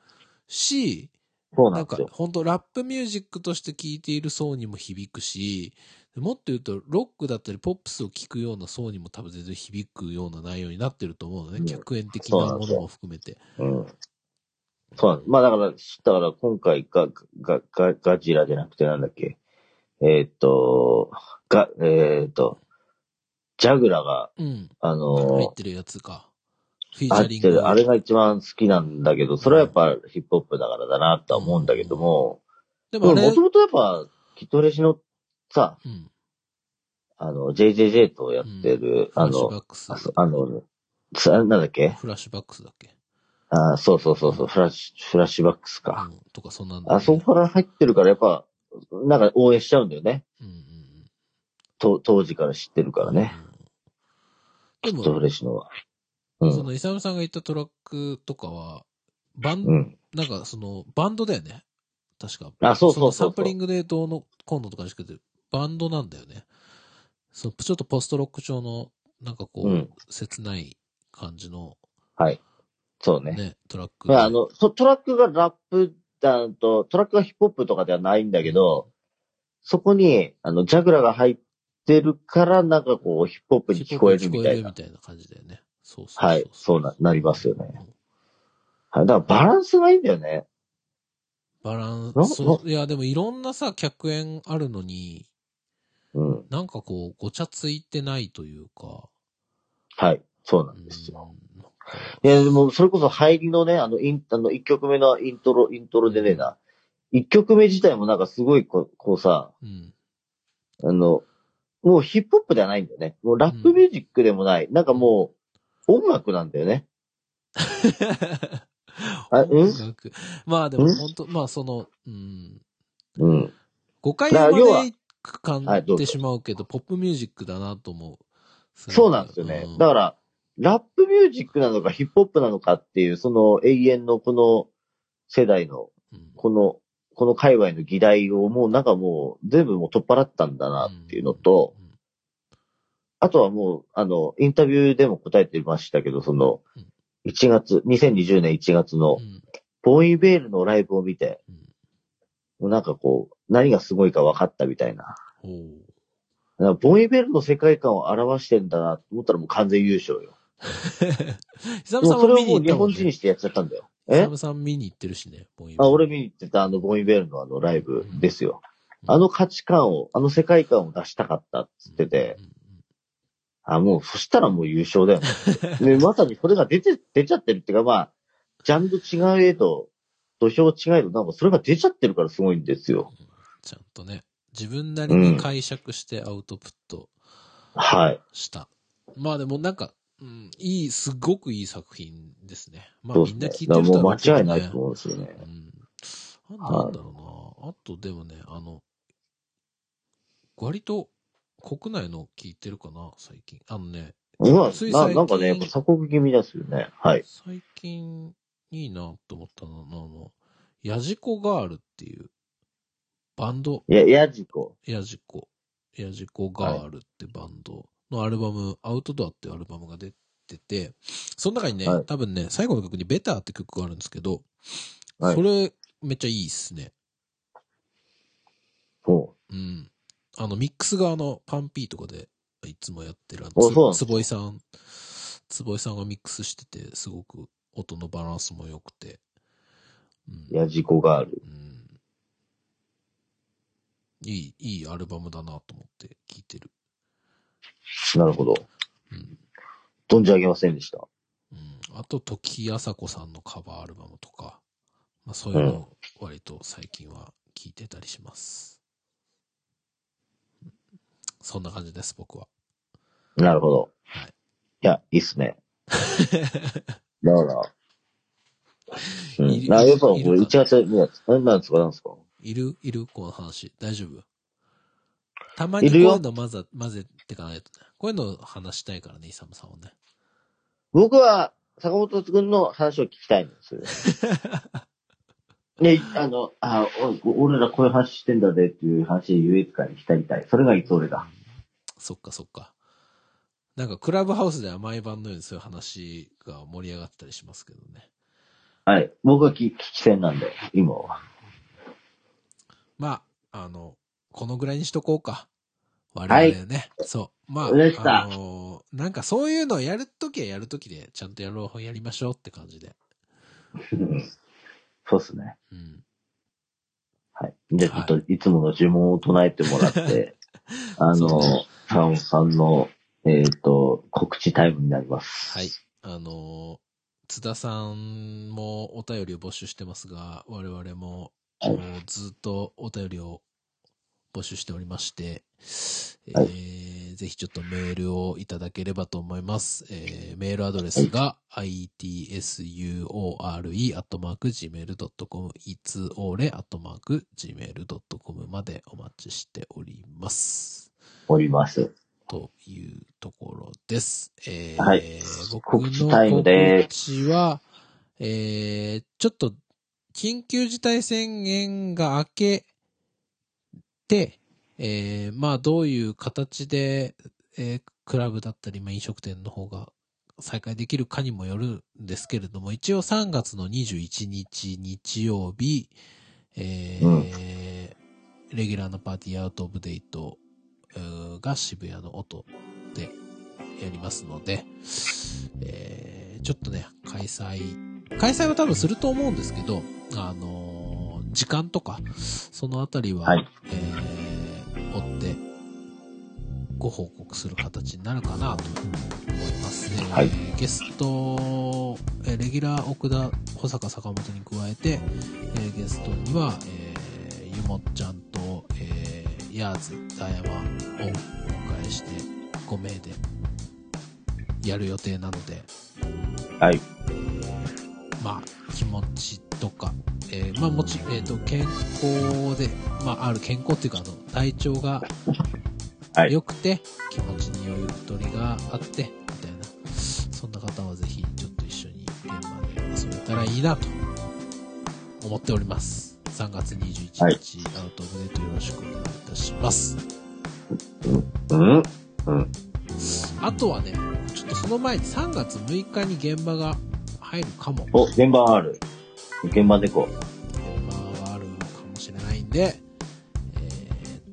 し、うななんんでかすよ。、本当ラップミュージックとして聴いている層にも響くし、もっと言うと、ロックだったり、ポップスを聴くような層にも多分全然響くような内容になってると思うのね。うん客演的そうななんでもすよのも含めて。うん。そうなんです。まあだから、だから今回が、が、が、ガジラじゃなくてなんだっけ。えーっと、が、えーっと、ジャグラが、うん。あ入のってるやつか。フィーチ合ャっリンてグ。る。あれが一番好きなんだけど、それはやっぱヒップホップだからだなとは思うんだけども、でもあもれ、ともとやっぱ、キトレシのさ、うん。あの、JJJ とやってる、フあラッシュバの、ックスあ。そあの、つあなんだっけフラッシュバックスだっけあそうそうそうそう、フラッシュ、フラッシュバックスか。うん、とか、そんなんだよねあそこから入ってるから、やっぱ、なんか応援しちゃうんだよね。うんうんうん。と当時から知ってるからね。うん。でキットフも、レッシュのは。うそん。の、イサムさんが言ったトラックとかは、バン、うん。なんかその、バンドだよね。確か。あ、そうそうのそサうンそプうリン。グでどうの、今度とかにしかて、バンドなんだよね。そう、ちょっとポストロック調の、なんかこう、うん切ない感じのはい。そうね。ね、トラックで。まあ、あの、そトラックがラップだと、トラックがヒップホップとかではないんだけど、そこに、あの、ジャグラが入ってるから、なんかこう、ヒップホップに聞こえるみたい聞こえるみな。たいな感じだよね。そうそうそうはい。そうな、なりますよね。うんはい。だからバランスがいいんだよね。バランなス、そういや、でもいろんなさ、客演あるのに、うん。なんかこう、ごちゃついてないというか。はい。そうなうんんですよ。なんかいや、でも、それこそ入りのね、あの、イン、あの、一曲目のイントロ、イントロでねえな。一曲目自体もなんかすごいこう、こうさ、うん。あの、もうヒップホップではないんだよね。もうラップミュージックでもない。なんかもう、音楽なんだよね。あうん音楽まあでもうん本当、まあその、うん、うん。誤解だからま要はで感はいどじうぞてしまうけど、ポップミュージックだなと思う。そうなんですよねうん。だから、ラップミュージックなのかヒップホップなのかっていう、その永遠のこの世代の、うんこの、この界隈の議題をもうなんかもう全部もう取っ払ったんだなっていうのと、、うんあとはもう、あの、インタビューでも答えてましたけど、そのうん、 1月、2020年1月のうんボーイベールのライブを見て、うんもうなんかこう、何がすごいか分かったみたいな。おーだからボーイベールの世界観を表してんだなと思ったらもう完全優勝よ。久も々うそもれ見をにも行ったもう日本ん人にね。してやっちゃったんだよ。え久々見に行ってるしね、ボインあ、俺見に行ってたあのボーイベールのあのライブですよ。うんあの価値観を、あの世界観を出したかったっつってて、うんうんあ、もうそしたらもう優勝だよ ね。で、まさにそれが出て、出ちゃってるっていうかまあ、ジャンル違えと、土俵違えと、なんかそれが出ちゃってるからすごいんですよ。ちゃんとね、自分なりに解釈してアウトプットはい。した。まあでもなんか、うん、いい、すごくいい作品ですね。まあそうみですんな聞いてるね。だから人もうは間違いないと思うんですよね。うん。なんなんだろうな、あとでもね、あの、割と国内の聞いてるかな、最近。あのね、まつい最あ、な近なんかね、やっぱ鎖国気味ですよね。はい。最近いいなと思ったのは、あの、ヤジコガールっていうバンド、いや、やじこ。ヤジコ、ヤジコガールってバンドのアルバム、アウトドアっていうアルバムが出てて、その中にね、はい多分ね、最後の曲にベターって曲があるんですけど、はいそれめっちゃいいっすね。そうん。あの、ミックス側のパンピーとかでいつもやってるあおそうなの、んですつぼいさん、つぼいさんがミックスしてて、すごく音のバランスも良くて。うんう。やじこがある。うんいい、いいアルバムだなと思って聞いてる。なるほど。うん。存じ上げませんでした。うん、あと、時あさこさんのカバーアルバムとか、まあ、そういうのを割と最近は聞いてたりします。そんな感じです、僕は。なるほど。はいいや、いいっ すね。だから、うん。いるなやっぱこれいる1月見たななんですか、なんですか。いるいるこの話。大丈夫たまにいこういるようの混ぜ、混ぜてかないとね。こういうのを話したいからね、イサムさんはね。僕は、坂本くんの話を聞きたいんです。 ね、あの、あ、お俺らこういう話してんだぜっていう話で優越感に浸りたい。それがいつ俺だ。そっかそっか。なんかクラブハウスでは毎晩のようにそういう話が盛り上がったりしますけどね。はい。僕は聞聞き戦なんで、今は。まあ、あの、このぐらいにしとこうか。我々ね。そう。まあ、でしたあのーなんかそういうのをやるときはやるときで、ちゃんとやろう、やりましょうって感じで。そうっすね。うん。はい。じゃあちょっといつもの呪文を唱えてもら って、あそうのです、坂本さんの、えっ、と、告知タイムになります。はい。あの、津田さんもお便りを募集してますが、我々もはいもうずっとお便りを募集しておりまして、はえーぜひちょっとメールをいただければと思います。えーメールアドレスが、itsure.gmail.com、itsore.gmail.com までお待ちしております。おります。というところです。えー、はい僕の告知タイムで告知は、えー、ちょっと、緊急事態宣言が明けて、えー、まあ、どういう形で、えー、クラブだったり、まあ、飲食店の方が再開できるかにもよるんですけれども、一応3月の21日日曜日、えーうレギュラーのパーティーアウトオブデイトうーが渋谷の音でやりますので、えーちょっとね、開催、開催は多分すると思うんですけど、あのー時間とか、そのあたりは、はいえー追って、ご報告する形になるかなと思いますね。はいゲスト、えーレギュラー奥田、保坂坂本に加えて、えーゲストには、えーゆもっちゃんと、えー、ヤーズ、ダヤマをお迎えして5名でやる予定なので、はい。えまあ、気持ちとか、えーまあ、もち、えっ、と、健康で、まあ、ある健康っていうか、あの、体調がはい良くて、気持ちに余裕とりがあって、みたいな、そんな方はぜひ、ちょっと一緒に現場で遊べたらいいなと、思っております。3月21日、はいアウトオブデートよろしくお願いいたします。うんうん。あとはね、ちょっとその前に3月6日に現場が入るかも。お、現場ある。現場でこう。現場はあるかもしれないんで、え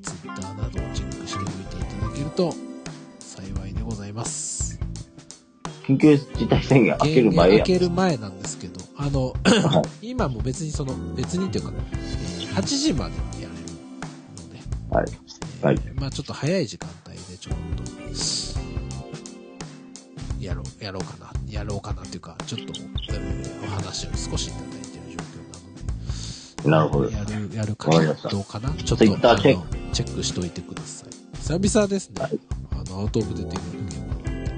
ー、Twitter などをチェックしておいていただけると幸いでございます。緊急事態宣言開ける前明やん。ける前なんですけど、あの、 今も別にその、別にというか、えー8時までやれるので、はい。えーはいまあちょっと早い時間帯でちょっと、やろう、やろうかな、やろうかなっていうか、ちょっと、えーお話を少しいただいている状況ななのるで、ほど。やる、やるかわかりましたどうかなちょっと、 Twitter あのチェッチェックしておいてください。久々ですね。はいあの、アウトオブデテクの現場なんで。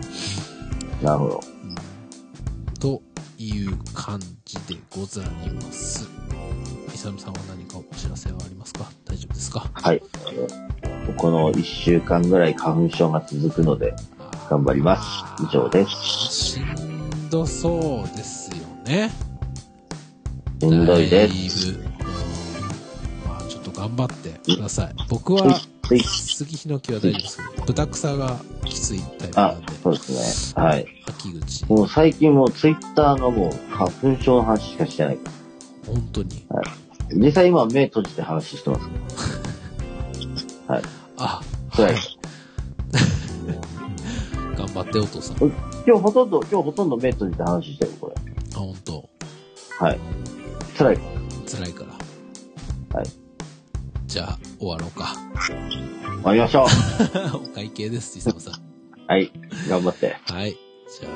なるほど。という感じでございます。イサムさんは何かお知らせはありますか大丈夫ですかはい。この一週間ぐらい花粉症が続くので、頑張ります以上ですしんどそうですよね。しんどいでだす。ぶ。うんまあちょっと頑張ってください。僕は、つい。杉ヒノキは大丈夫ですけど、豚草がきついタイプなあんで、、そうですね。はい。秋口、もう最近もうツイッターがもう花粉症の話しかしてない。本当に。実際今目閉じて話してます。あ、辛い。頑張ってお父さん。あ、今日ほとんど、今日ほとんど目閉じて話してる、これ。本当。はい。辛い。辛いから。はい。じゃあ、終わろうか。 終わりましょう。お会計です、イサムさん。はい。頑張って。はい。じゃあ、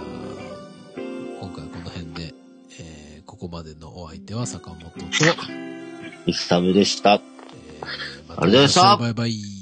今回はこの辺で、えー、ここまでのお相手は坂本と、えイスタムでした。ー、まありがとうございましたバイバイ。